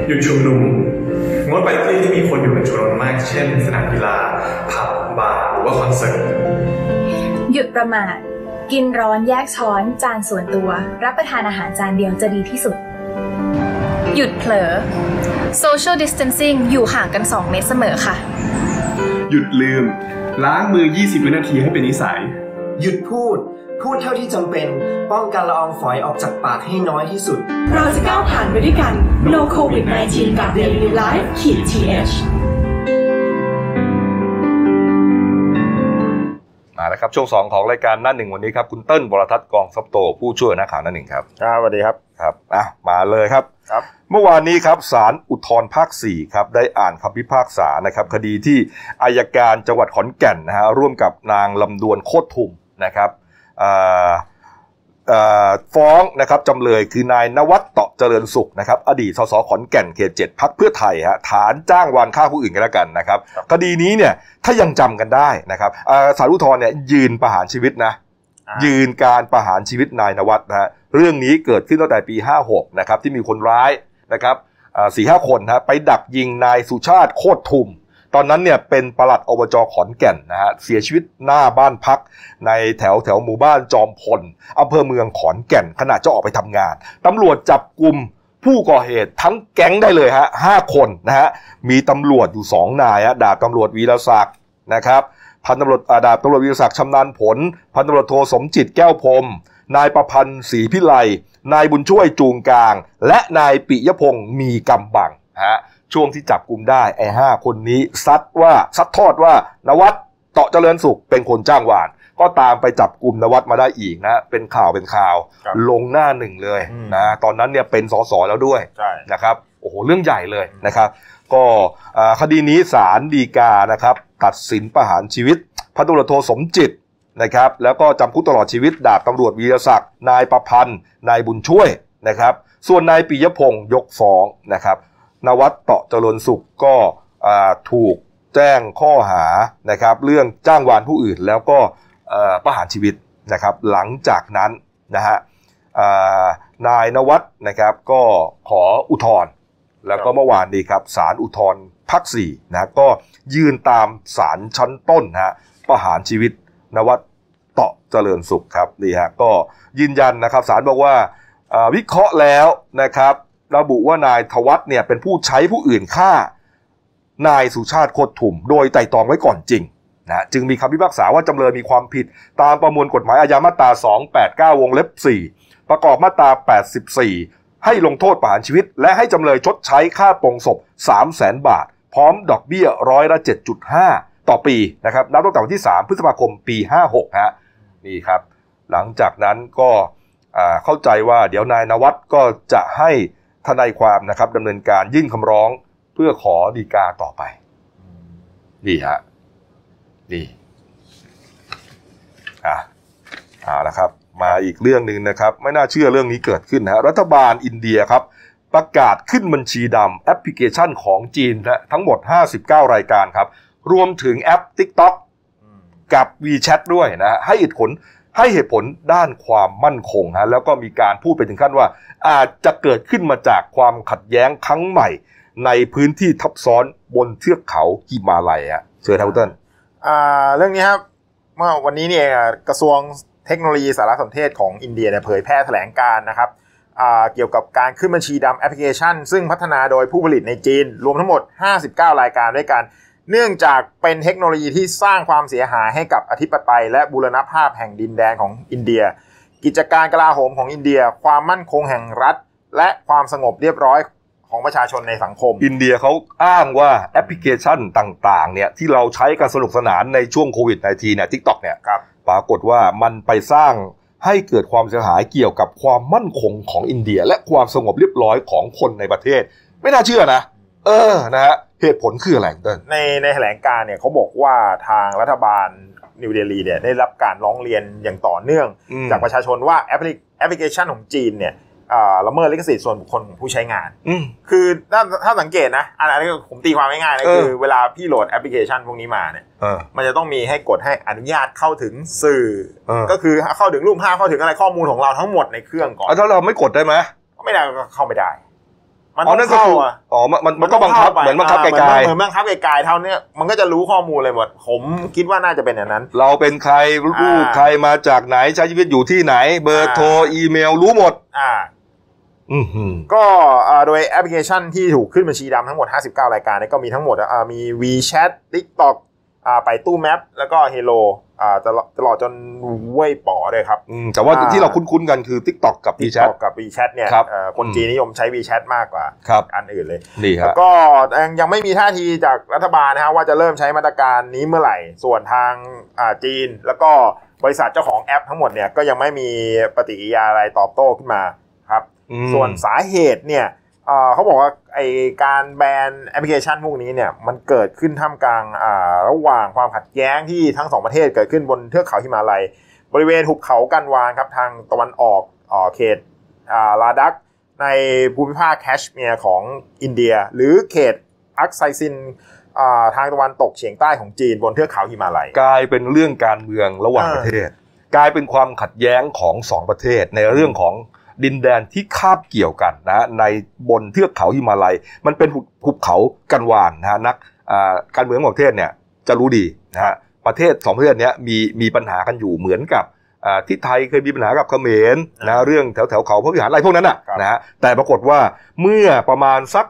หยุดชุมนุมงดไปที่ที่มีคนอยู่เป็นจำนวนมาก เช่น สนามกีฬา ผับ บาร์หรือว่าคอนเสิร์ต
หยุดประมาท กินร้อนแยกช้อน จานส่วนตัว รับประทานอาหารจานเดียวจะดีที่สุด หยุดเผลอ social distancing อยู่ห่างกัน 2 เมตรเสมอค่ะ
หยุดลืม ล้างมือ 20 วินาทีให้เป็นนิสัย
หยุดพูด พูดเท่าที่จำเป็น ป้องกันละอองฝอยออกจากปากให้น้อยที่สุด
เราจะก้าวผ่านไปด้วยกัน No COVID 19กับ Daily New Life ขีด th
มาแล้วครับช่วงสองของรายการหน้าหนึ่งวันนี้ครับคุณเติ้ลบรทัศน์กองซับโต ผู้ช่วยหัวหนักข่าวหน้าหนึ่งครับ
ครับสวัสดีครับ
ครับอ่ะมาเลยครับ
ครับ
เมื่อวานนี้ครับศาลอุทธรภาค 4 ครับ ได้อ่านคำพิพากษานะครับ คดีที่อายการจังหวัดขอนแก่นนะฮะร่วมกับนางลำดวนโคตรทุมนะครับอ่าอ่าฟ้องนะครับจำเลยคือนายนวัดเตาะเจริญสุขนะครับ อดีตสสขอนแก่นเขตเจ็ดพักเพื่อไทยฮะฐานจ้างวานฆ่าผู้อื่นกันแล้วกันนะครับ คดีนี้เนี่ยถ้ายังจำกันได้นะครับอ่าศาลอุทธรณ์เนี่ยยืนประหารชีวิตนะ ยืนการประหารชีวิตนายนวัตนะฮะเรื่องนี้เกิดขึ้นตั้งแต่ปี 56 นะครับ ที่มีคนร้ายนะครับสี่ห้า4-5คนนะฮะไปดักยิงนายสุชาติโคตรทุม ตอนนั้นเนี่ยเป็นปลัดอบจขอนแก่นนะฮะเสียชีวิตหน้าบ้านพัก ในแถวแถวหมู่บ้านจอมพลอำเภอเมืองขอนแก่นขณะจะออกไปทำงานตำรวจจับกลุ่มผู้ก่อเหตุทั้งแก๊งได้เลยฮะห้าคนนะฮะมีตำรวจอยู่สองนายฮะดาบตำรวจวีรศักดิ์นะครับ พันตำรวจอ่าดาบตำรวจวิรศักดิ์ชำนาญผล พันตำรวจโทสมจิตแก้วพรมนายประพันธ์ศรีพิไลนายบุญช่วยจูงกลาง และนายปิยพงศ์มีกำบังฮะช่วงที่จับกลุ่มได้ไอ้ห้าคนนี้ซัดว่าซัดทอดว่านวัดเตาะเจริญสุขเป็นคนจ้างวาน ก็ตามไปจับกลุ่มนวัดมาได้อีกนะเป็นข่าวเป็นข่าว
ครับ
ลงหน้าหนึ่งเลย
อืม
นะตอนนั้นเนี่ยเป็นสสแล้วด้วย
ใช่
นะครับโอ้โหเรื่องใหญ่เลยนะครับ ก็เอ่อคดีนี้ศาลฎีกานะครับ ตัดสินประหารชีวิตพันตำรวจโทสมจิตนะครับ แล้วก็จำคุกตลอดชีวิต ดาบตำรวจวีรศักดิ์นายประพันธ์ นายบุญช่วยนะครับ ส่วนนายปิยพงศ์ยกฟ้องนะครับ นวัดเตาะเจริญสุขก็อ่าถูกแจ้งข้อหานะครับ เรื่องจ้างวานผู้อื่นแล้วก็เอ่อประหารชีวิตนะครับ หลังจากนั้นนะฮะ อ่านายนวัดนะครับก็ขออุทธรณ์แล้วก็
ครับ
เมื่อวานนี้ครับศาลอุทธรณ์ภาคสี่นะก็ยืนตามศาลชั้นต้นนะฮะประหารชีวิตนวัดเตาะเจริญสุขครับนี่ฮะก็ยืนยันนะครับศาลบอกว่าอ่าวิเคราะห์แล้วนะครับระบุว่านายทวัฒน์เนี่ยเป็นผู้ใช้ผู้อื่นฆ่านายสุชาติโคตรถุ่ม โดยไตร่ตรองไว้ก่อนจริง นะจึงมีคำพิพากษาว่าจำเลยมีความผิด ตามประมวลกฎหมายอาญามาตรา 289 วงเล็บ 4 ประกอบมาตรา 84 ให้ลงโทษประหารชีวิต และให้จำเลยชดใช้ค่าปลงศพ 3 0 0แสนบาท พร้อมดอกเบี้ยร้อยละ 7.5 ต่อปีนะครับนับตั้งแต่วันที่ 3 พฤษภาคมปี 56 ฮะนี่ครับ หลังจากนั้นก็อ่าเข้าใจว่าเดี๋ยวนายนวัดก็จะให้ทนายความนะครับดำเนินการยื่นคำร้องเพื่อขอฎีกาต่อไปนี่ฮะ นี่อ่ะเอาละครับ มาอีกเรื่องหนึ่งนะครับ ไม่น่าเชื่อเรื่องนี้เกิดขึ้นนะฮะรัฐบาลอินเดียครับ ประกาศขึ้นบัญชีดำแอปพลิเคชันของจีนนะทั้งหมด 59 รายการครับ รวมถึงแอป TikTok กับ WeChat ด้วยนะฮะให้เหตุผลให้เหตุผลด้านความมั่นคงฮะแล้วก็มีการพูดไปถึงขั้นว่า อาจจะเกิดขึ้นมาจากความขัดแย้งครั้งใหม่ ในพื้นที่ทับซ้อนบนเทือกเขาฮิมาลัยฮะเชิญทาวุณเติ้ล
อ่าเรื่องนี้ครับเมื่อวันนี้เนี่ยกระทรวงเทคโนโลยีสารสนเทศของอินเดียเนี่ยเผยแพร่แถลงการณ์นะครับอ่าเกี่ยวกับการขึ้นบัญชีดำแอปพลิเคชัน ซึ่งพัฒนาโดยผู้ผลิตในจีน รวมทั้งหมด 59 รายการด้วยกัน เนื่องจากเป็นเทคโนโลยีที่สร้างความเสียหายให้กับอธิปไตย และบูรณภาพแห่งดินแดนของอินเดีย กิจการกลาโหมของอินเดีย ความมั่นคงแห่งรัฐ และความสงบเรียบร้อยของประชาชนในสังคม
อินเดียเขาอ้างว่าแอปพลิเคชันต่างๆเนี่ยที่เราใช้กันสนุกสนานในช่วงโควิด -19 เนี่ยทิกตอกเนี่ย
ครับ
ปรากฏว่ามันไปสร้างให้เกิดความเสียหายเกี่ยวกับความมั่นคงของอินเดีย และความสงบเรียบร้อยของคนในประเทศ ไม่น่าเชื่อนะ เออนะฮะเหตุผลคืออะไรคุณเต้น
ในในแถลงการณ์เนี่ยเขาบอกว่าทางรัฐบาลนิวเดลีเนี่ยได้รับการร้องเรียนอย่างต่อเนื่อง
อืม
จากประชาชนว่าแอปพลิแอปพลิเคชันของจีนเนี่ย อ่าละเมิดลิขสิทธิ์ส่วนบุคคลของผู้ใช้งาน
อืม
คือถ้าถ้าสังเกตนะอันอันนี้ผมตีความง่ายๆนะ
เออ
คือเวลาพี่โหลดแอปพลิเคชันพวกนี้มาเนี่ย
เออ
มันจะต้องมีให้กดให้อนุญาตเข้าถึงสื่อ
เออ
ก็คือเข้าถึงรูปภาพเข้าถึงอะไรข้อมูลของเราทั้งหมดในเครื่องก่อน
อ่ะถ้าเราไม่กดได้ไหม
ก็ไม่ได้ก็เข้าไม่ได้ มัน
อ๋อ
ต้
นั่
อน ง
ก็
เข้า
คือ
อ่ะ
อ๋อมันมันมันก็บังคับ
ต้
เหมือนบังคับไก
า
ล
เหมือนบังคับไกลๆเท่าเนี้ยมันก็จะรู้ข้อมูลอะไรหมด ผมคิดว่าน่าจะเป็นอย่างนั้น
ๆเราเป็นใคร
อ่
ลูก
า
ใครมาจากไหนใช้ชีวิตอยู่ที่ไหน เบอร์
อ่า
โทรอีเมลรู้หมด
อ่า
อือหือ
ก็เอ่อโดยแอปพลิเคชันที่ถูกขึ้นบัญชีดำทั้งหมด 59 รายการเนี่ยก็มีทั้งหมดอ่ะมี WeChat TikTok อ่าไปตู้แมปแล้วก็ Hello อ่าตลอดตลอดจนเว่ยป๋อด้วยครับ
อืมแต่ว่า
อ่า
ที่เราคุ้นๆกันคือ t ิ k t o k กับ WeChat
TikTok กับ WeChat เนี่ย
ครับ
เอ่อคน
อืม
จีนนิยมใช้ WeChat มากกว่า
ครับ
อันอื่นเลย
นี่
แล้
ฮะ
วก็ยังยังไม่มีท่าทีจากรัฐบาลนะฮะว่าจะเริ่มใช้มาตรการนี้เมื่อไหร่ ส่วนทางอ่าจีน แล้วก็บริษัทเจ้าของแอปทั้งหมดเนี่ยก็ยังไม่มีปฏิกิริยาอะไรตอบโต้ขึ้นมาครับ
อืม
ส่วนสาเหตุเนี่ยเอ่อเขาบอกว่าไอการแบนแอปพลิเคชันพวกนี้เนี่ยมันเกิดขึ้นท่ามกลางอ่าระหว่างความขัดแย้งที่ทั้งสองประเทศเกิดขึ้นบนเทือกเขาฮิมาลัย บริเวณหุบเขากันวานครับทางตะวันออกเอ่อเขตอ่าลาดัก ในภูมิภาคแคชเมียร์ของอินเดีย หรือเขตอักไซซินอ่าทางตะวันตกเฉียงใต้ของจีนบนเทือกเขาฮิมาลัย
กลายเป็นเรื่องการเมืองระหว่าง
อ่า
ประเทศ กลายเป็นความขัดแย้งของสองประเทศ ในเรื่องของดินแดนที่คาบเกี่ยวกันนะฮะในบนเทือกเขาฮิมาลัย มันเป็นหุบหุบเขากันวานนะฮะนักอ่าการเมืองของประเทศเนี่ยจะรู้ดีนะฮะประเทศสองประเทศเนี้ยมีมีปัญหากันอยู่เหมือนกับอ่าที่ไทยเคยมีปัญหากับเขมรนะฮะเรื่องแถวแถวๆเขาพระวิหารอะไรพวกนั้นอ่ะ
ครับ
นะฮะแต่ปรากฏว่าเมื่อประมาณสัก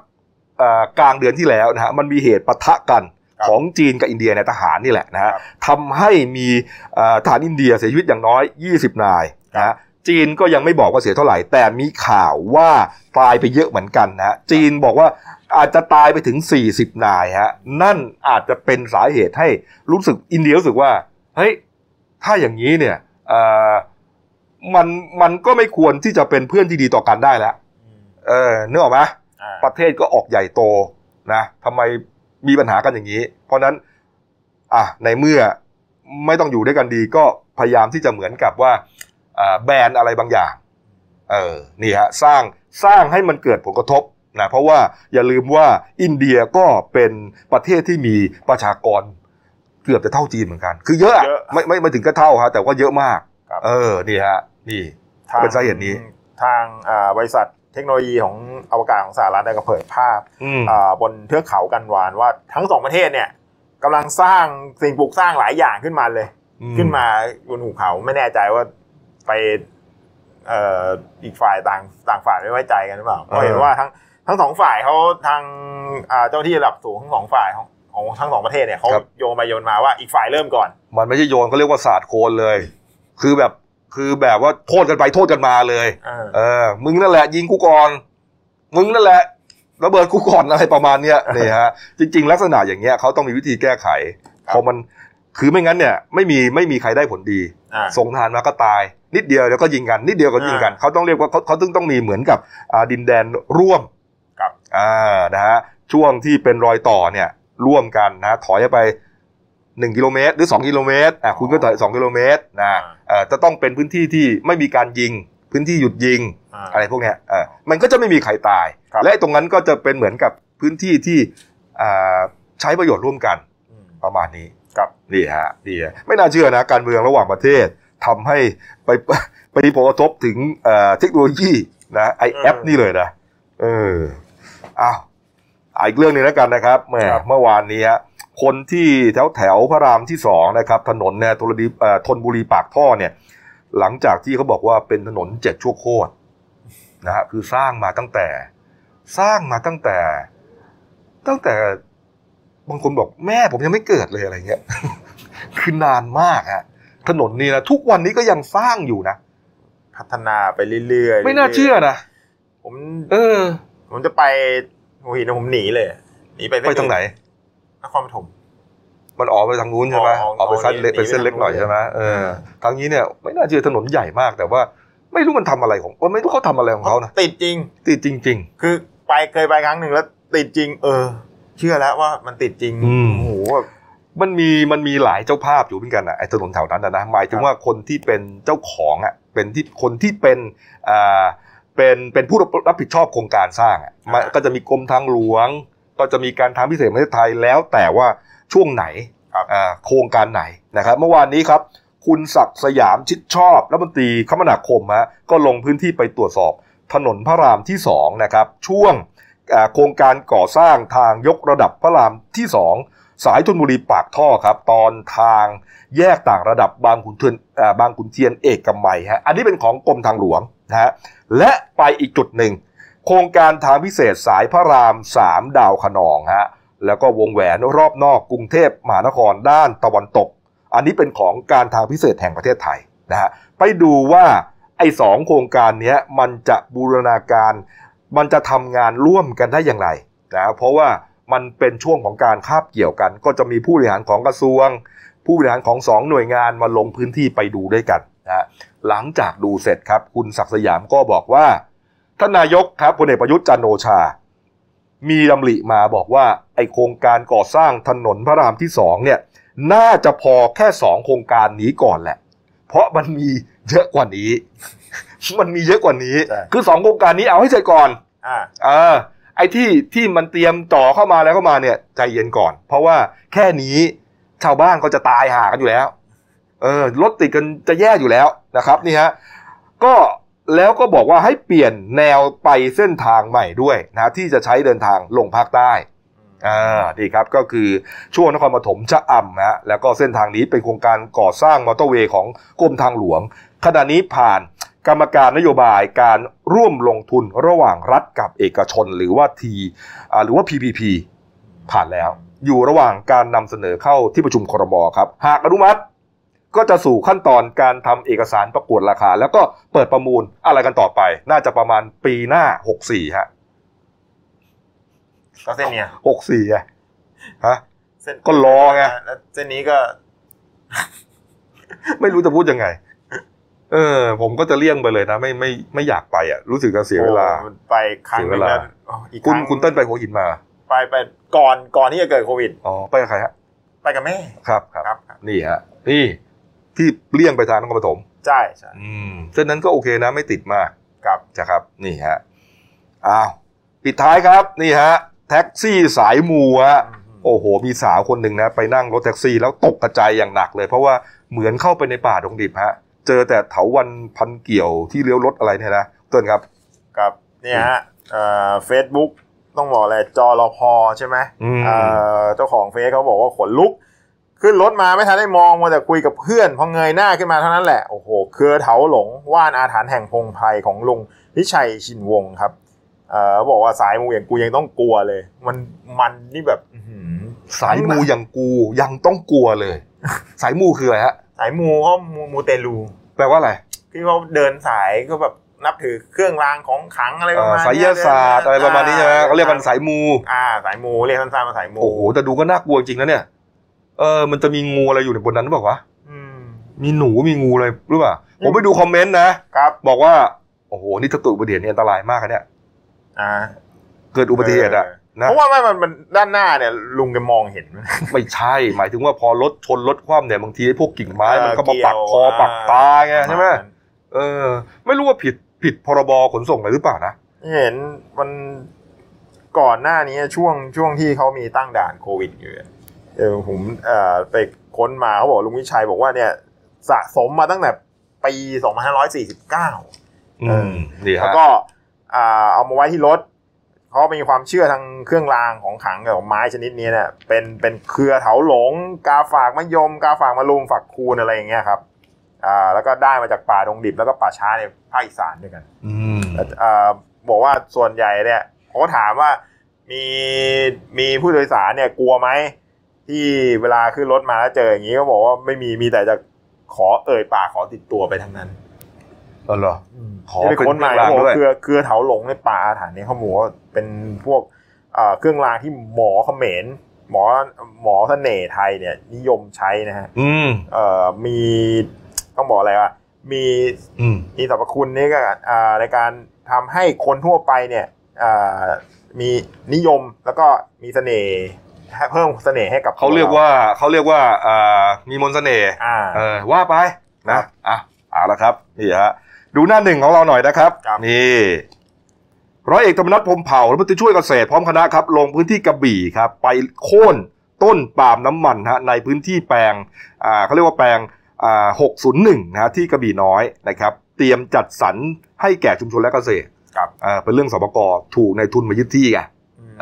เอ่อกลางเดือนที่แล้วนะฮะมันมีเหตุปะทะกัน
ครับ
ของจีนกับอินเดียในยทหารนี่แหละนะฮะ
ครับ
ทำให้มีเอ่อทหารอินเดียเสียชีวิตอย่างน้อย 20 นายนะฮะจีนก็ยังไม่บอกว่าเสียเท่าไหร่ แต่มีข่าวว่าตายไปเยอะเหมือนกันนะฮะจีนบอกว่าอาจจะตายไปถึง 40 นายฮะนั่นอาจจะเป็นสาเหตุให้รู้สึกอินเดียรู้สึกว่าเฮ้ยถ้าอย่างนี้เนี่ยเอ่อมันมันก็ไม่ควรที่จะเป็นเพื่อนที่ดีต่อกันได้แล้วเออนึกออกไหม
อ่า
ประเทศก็ออกใหญ่โตนะทำไมมีปัญหากันอย่างนี้ เพราะนั้นอ่ะในเมื่อไม่ต้องอยู่ด้วยกันดีก็พยายามที่จะเหมือนกับว่าอ่าแบนอะไรบางอย่างเออนี่ฮะสร้างสร้างให้มันเกิดผลกระทบนะเพราะว่าอย่าลืมว่าอินเดียก็เป็นประเทศที่มีประชากรเกือบจะเท่าจีนเหมือนกัน คือเยอะอะ
เยอะ
ไม่ไม่ไม่ถึงก็เท่าฮะแต่ว่าเยอะมาก เออนี่ฮะนี่
ทง
เป็นสาเหตุนี้
ทางอ่าบริษัทเทคโนโลยีของอวกาศของสหรัฐได้ก็เผยภาพ
อืม
อ่าบนเทือกเขากันวานว่าทั้งสองประเทศเนี่ยกำลังสร้างสิ่งปลูกสร้างหลายอย่างขึ้นมาเลย ขึ้นมาบนหุบเขาไม่แน่ใจว่าไปเอ่ออีกฝ่ายต่างต่างฝ่ายไม่ไว้ใจกันหรือเปล่าเพราะเห็น
เออ
ว่าทั้งทั้งสองฝ่ายเขาทางอ่าเจ้าที่ระดับสูงทั้งสองฝ่ายของของทั้งสองประเทศเนี่ยเขาโยนไปโยนมาว่าอีกฝ่ายเริ่มก่อน
มันไม่ใช่โยนเขาเรียกว่าศาสตร์โคนเลย คือแบบคือแบบว่าโทษกันไปโทษกันมาเลย เออ มึงนั่นแหละ ยิงกูก่อน มึงนั่นแหละระเบิดกูก่อนอะไรประมาณเนี้ยนี่ฮะจริง ๆ ลักษณะอย่างเงี้ยเขาต้องมีวิธีแก้ไข
ครับ
พอมันคือไม่งั้นเนี่ยไม่มีไม่มีใครได้ผลดี
อ่า
ส่งทหารมาก็ตาย นิดเดียวแล้วก็ยิงกัน นิดเดียวก็ยิงกัน เขาต้องเรียกว่าเขาเขาต้องต้องมีเหมือนกับอ่าดินแดนร่วม
ครับ
อ่านะฮะช่วงที่เป็นรอยต่อเนี่ย ร่วมกันนะ ถอยไปหนึ่งกิโลเมตรหรือสองกิโลเมตรอ่ะคุณก็ถอยสองกิโลเมตรนะเอ่อจะต้องเป็นพื้นที่ที่ไม่มีการยิง พื้นที่หยุดยิง
อ่า
อะไรพวกเนี้ยเออมันก็จะไม่มีใครตาย
ครับ
และไอ้ตรงนั้นก็จะเป็นเหมือนกับพื้นที่ที่อ่าใช้ประโยชน์ร่วมกันประมาณนี้
ครับ
นี่ฮะนี่ฮะไม่น่าเชื่อนะการเมืองระหว่างประเทศทำให้ไป ไปมีผลกระทบถึงเอ่อเทคโนโลยีนะไอแอปนี่เลยนะเอออ้าวอ่ะอีกเรื่องหนึงแล้วกันนะครับแหมเมื่อวานนี้ฮะคนที่แถวแถวพระรามที่สองนะครับ ถนนเนี่ยธนบุรีเอ่อธนบุรีปากท่อเนี่ย หลังจากที่เขาบอกว่าเป็นถนนเจ็ดชั่วโคตร นะฮะคือสร้างมาตั้งแต่สร้างมาตั้งแต่ ตั้งแต่บางคนบอกแม่ผมยังไม่เกิดเลยอะไร เงี้ย คือนานมากฮะถนนนี้นะทุกวันนี้ก็ยังสร้างอยู่นะ
พัฒนาไปเรื่อยๆ
ไม่น่าเชื่อนะ
ผม
เออ
ผมจะไปหัวหินนะผมหนีเลยหนีไปเส้
ไปทางไหน
นครปฐม
มันออกไปทางนู้นใช่ไหม
ออก
ออกไปเส้นเล็ก
ออก
ไปเส้นเล็กหน่อย
หนีไป
ใช่ไหมเออทางนี้เนี่ย ไม่น่าเชื่อถนนใหญ่มากแต่ว่า ไม่รู้มันทำอะไรของไม่รู้เขาทำอะไรของเขานะ
ติดจริง
ติดจริง
คือไปเคยไปครั้งหนึ่งแล้วติดจริง เออ เชื่อแล้วว่ามันติดจริง
อืม
โอ้โหแบบ
ๆ มันมีมันมีหลายเจ้าภาพอยู่เหมือนกันนะไอ้ถนนแถวนั้นนะนะหมายถึงว่าคนที่เป็นเจ้าของอ่ะเป็นที่คนที่เป็นอ่า เป็นเป็นผู้รับผิดชอบโครงการสร้างอะมันก็จะมีกรมทางหลวง ก็จะมีการทางพิเศษประเทศไทยแล้วแต่ว่าช่วงไหนอ่าโครงการไหนนะครับ เมื่อวานนี้ครับ คุณศักดิ์สยามชิดชอบรัฐมนตรีคมนาคมฮะก็ลงพื้นที่ไปตรวจสอบถนนพระรามที่2นะครับช่วงอ่าโครงการก่อสร้างทางยกระดับพระรามที่ 2 สายธนบุรีปากท่อครับ ตอนทางแยกต่างระดับบางขุนเทียนอ่าบางขุนเทียนเอกมัยฮะอันนี้เป็นของกรมทางหลวงนะฮะและไปอีกจุดหนึ่ง โครงการทางพิเศษสายพระราม 3 ดาวขนองฮะแล้วก็วงแหวนรอบนอกกรุงเทพมหานครด้านตะวันตก อันนี้เป็นของการทางพิเศษแห่งประเทศไทยนะฮะไปดูว่าไอ้สองโครงการเนี้ยมันจะบูรณาการ มันจะทำงานร่วมกันได้อย่างไรนะเพราะว่ามันเป็นช่วงของการคาบเกี่ยวกัน ก็จะมีผู้บริหารของกระทรวง ผู้บริหารของสองหน่วยงานมาลงพื้นที่ไปดูด้วยกันนะฮะหลังจากดูเสร็จครับ คุณศักดิ์สยามก็บอกว่า ท่านนายกครับพลเอกประยุทธ์จันทร์โอชา มีดำริมาบอกว่าไอโครงการก่อสร้างถนนพระรามที่สองเนี่ย น่าจะพอแค่สองโครงการนี้ก่อนแหละ เพราะมันมีเยอะกว่านี้ มันมีเยอะกว่านี้
ใช่
คือสองโครงการนี้เอาให้เสร็จก่อน
อ่า
เออไอ้ที่ที่มันเตรียมต่อเข้ามาแล้วเข้ามาเนี่ยใจเย็นก่อน เพราะว่าแค่นี้ชาวบ้านก็จะตายหากันอยู่แล้ว เออรถติดกันจะแย่อยู่แล้วนะครับนี่ฮะก็แล้วก็บอกว่าให้เปลี่ยนแนวไปเส้นทางใหม่ด้วยนะที่จะใช้เดินทางลงภาคใต้อ่าดีครับก็คือช่วงนครปฐมชะอำนะฮะแล้วก็เส้นทางนี้เป็นโครงการก่อสร้างมอเตอร์เวย์ของกรมทางหลวงขณะนี้ผ่าน กรรมการนโยบายการร่วมลงทุนระหว่างรัฐกับเอกชนหรือว่าทีอ่าหรือว่า PPP ผ่านแล้ว อยู่ระหว่างการนำเสนอเข้าที่ประชุมครมครับ หากอนุมัติ ก็จะสู่ขั้นตอนการทำเอกสารประกวดราคา แล้วก็เปิดประมูลอะไรกันต่อไป น่าจะประมาณปีหน้า 64 ฮะ
ก็เส้นเนี้ย
64ไงฮะ
เส้น
ก็รอไง
แล้วเส้นนี้ก็
ไม่รู้จะพูดยังไง เออ ผมก็จะเลี่ยงไปเลยนะ ไม่ไม่ไม่อยากไปอ่ะ รู้สึกจะเสียเวลา
โอ้มันไปครั้งหนึง
เสียเวลา
แล้วโอ้อีก
คุณ
รั้ง
คุณเต้นไปหัวหินมา
ไปไปก่อนก่อนที่จะเกิดโควิด
อ๋อไปกับใครฮะ
ไปกับแม่
ครับครับ
ครับ
นี่ฮะนี่ที่เลี่ยงไปทางนครปฐม
ใช่ใช่
อืมเส้นนั้นก็โอเคนะไม่ติดมาก
ครับ
นะครับ นี่ฮะอ้าวปิดท้ายครับนี่ฮะแท็กซี่สายมูฮะโอ้โห มีสาวคนหนึ่งนะ ไปนั่งรถแท็กซี่แล้วตกกระจายอย่างหนักเลย เพราะว่าเหมือนเข้าไปในป่าดงดิบฮะ เจอแต่เถาวันพันเกี่ยวที่เลี้ยวรถอะไรเนี่ยนะเต้นครับ
ครับเนี่ยฮะเฟซบุ๊กต้องบอกอะไรจอรอพอใช่ไหม
อืม
เอ่อเจ้าของเฟซเขาบอกว่าขนลุก ขึ้นรถมาไม่ทันได้มองมัวแต่คุยกับเพื่อนพอเงยหน้าขึ้นมาเท่านั้นแหละโอ้โหเครือเถาหลงว่านอาถรรพ์แห่งพงไพรของลุงพิชัยชินวงศ์ครับเอ่อบอกว่าสายมูอย่างกูยังต้องกลัวเลย มันมันนี่แบบอื้อหือ
สายมูอย่างกูยังต้องกลัวเลย สายมูคืออะไรฮะ
สายมูเขามูมูเตลู
แปลว่าอะไร
ที่เขาเดินสายก็แบบนับถือเครื่องรางของขลังอะไรประ
อ่า
มาณ
สาย
เนี้
ยศาสตร์อะไรประมาณนี้ใช่ไหมเขาเรียกกันสายมู
อ่าสายมูเรียกสั้นๆมาสายมู
โอ้โห แต่ดูก็น่ากลัวจริงนะเนี่ย เออ มันจะมีงูอะไรอยู่ในบนนั้นหรือเปล่าวะ
อืม
มีหนู มีงูอะไรหรือเปล่า ผมไปดูคอมเมนต์นะ
ครับ
บอกว่า โอ้โห นี่ถ้าเกิดอุบัติเหตุเนี่ยอันตรายมากอะเนี่ย
อ่า
เกิดอุบัติเหตุอะนะ
เพราะว่าไม่มันมันด้านหน้าเนี่ยลุงแกมองเห็น
ไม่ใช่ หมายถึงว่าพอรถชนรถคว่ำเนี่ยบางทีไอ้พวกกิ่งไม้
เออ
มันก็มา
เกี่ยว
ปักคอ
อ่า
ปักตาไงใช่ไหมเออ ไม่รู้ว่าผิดผิดพรบขนส่งอะไรหรือเปล่านะ
เห็นมันก่อนหน้านี้ช่วงช่วงที่เขามีตั้งด่านโควิดอยู่อะเออผมเอ่อไปค้นมาเขาบอกลุงวิชัยบอกว่าเนี่ยสะสมมาตั้งแต่ปี 2549
อืมนี่
แล้ว
ฮะ
ก็อ่าเอามาไว้ที่รถเขาะมีความเชื่อทางเครื่องรางของขลังเกี่ยวกับไม้ชนิดนี้เนี่ยเป็นเป็นเครือเถาหลง กาฝากมะยม กาฝากมะลุมฝักคูนอะไรอย่างเงี้ยครับอ่าแล้วก็ได้มาจากป่าดงดิบแล้วก็ป่าช้าในภาคอีสานด้วยกัน
อืม
อ่าบอกว่าส่วนใหญ่เนี่ยเขาก็ถามว่ามีมีผู้โดยสารเนี่ยกลัวไหมที่เวลาขึ้นรถมาแล้วเจออย่างนี้ก็บอกว่าไม่มีมีแต่จะขอเอ่ยปากขอติดตัวไปทั้งนั้น
เออเหรอ ขอ
ที่ไป
เป็น
ค้นมา
เครื่องราง
เขาบอก
ด้วย
ว่าเครือเครือเถาหลงในป่าอาถรรพ์เนี่ยเขาบอกว่าเป็นพวกเอ่อเครื่องรางที่หมอเขมรหมอหมอเสน่ห์ไทยเนี่ยนิยมใช้นะฮะ
อืม
เอ่อมีต้องบอกอะไรวะมี
อืม
มีสรรพคุณนี่ก็เอ่อในการทำให้คนทั่วไปเนี่ยเอ่อมีนิยมแล้วก็มีเสน่ห์ให้เพิ่มเสน่ห์ให้กับ
เขาเรียกว่าเขาเรียกว่าอ่ามีมนต์เสน่ห์
อ่า
เออว่าไป
ครั
นะ
บ
อ่ะเอาละครับนี่ฮะ ดูหน้าหนึ่งของเราหน่อยนะครับ
ครับ
นี่ร้อยเอกธรรมนัฐพรหมเผ่ารัฐมนตรีช่วยเกษตรพร้อมคณะครับ ลงพื้นที่กระบี่ครับ ไปโค่นต้นปาล์มน้ำมันฮะในพื้นที่แปลงอ่าเขาเรียกว่าแปลงอ่า601นะฮะที่กระบี่น้อยนะครับ เตรียมจัดสรรให้แก่ชุมชนและเกษตร
ครับ
อ่าเป็นเรื่องสปกถูกในทุนมายึดที่ไง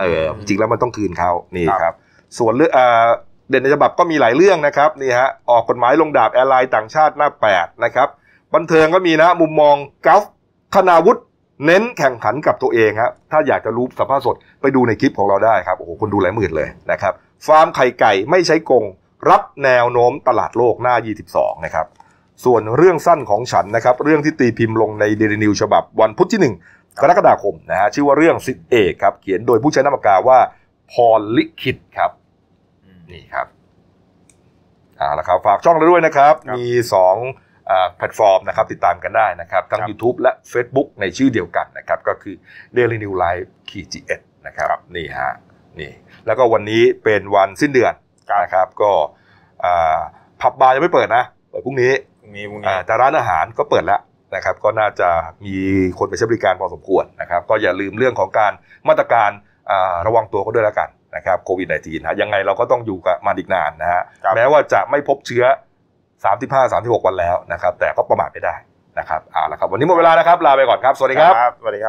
เออ
ม
จริงแล้วมันต้องคืนเขานี่
ครับ
ครับ ส่วนเรื่องเอ่อเด่นในฉบับก็มีหลายเรื่องนะครับนี่ฮะออกกฎหมายลงดาบแอร์ไลน์ต่างชาติหน้า 8 นะครับ บันเทิงก็มีนะมุมมองกอล์ฟคณาวุฒิเน้นแข่งขันกับตัวเองฮะถ้าอยากจะรู้สภาพสดไปดูในคลิปของเราได้ครับโอ้โหคนดูหลายหมื่นเลยนะครับฟาร์มไข่ไก่ไม่ใช้กง รับแนวโน้มตลาดโลกหน้า 22 นะครับ ส่วนเรื่องสั้นของฉันนะครับ เรื่องที่ตีพิมพ์ลงในเดลินิวฉบับวันพุธที่ 1 กรกฎาคมนะฮะชื่อว่าเรื่องสิทธิเอกครับ เขียนโดยผู้ใช้นามปากกาว่า พรลิขิตครับ นี่ครับเอาละครับ ฝากช่องเราด้วยนะครับ
ครับ
มี2อ่าแพลตฟอร์มนะครับ ติดตามกันได้นะครับ ทั้ง
ครับ
YouTube และ Facebook ในชื่อเดียวกันนะครับ ก็คือ Daily New Life ขีจีเอ็ดนะครับ นี่ฮะนี่แล้วก็วันนี้เป็นวันสิ้นเดือนนะครับ ก็อ่าผับบาร์ยังไม่เปิดนะ เปิดพรุ่งนี้
มีพวกนี้
อ่าแต่ร้านอาหารก็เปิดแล้วนะครับ ก็น่าจะมีคนไปใช้บริการพอสมควรนะครับ ก็อย่าลืมเรื่องของการมาตรการอ่าระวังตัวก็ด้วยแล้วกันนะครับโควิด -19 นะฮะยังไงเราก็ต้องอยู่กับมันอีกนานนะฮะแม้ว่าจะไม่พบเชื้อ 35 36 วันแล้วนะครับ แต่ก็ประมาทไม่ได้นะครับเอาละครับ วันนี้หมดเวลานะครับ ลาไปก่อนครับ สวัสดีครับ
สวัสดีครับ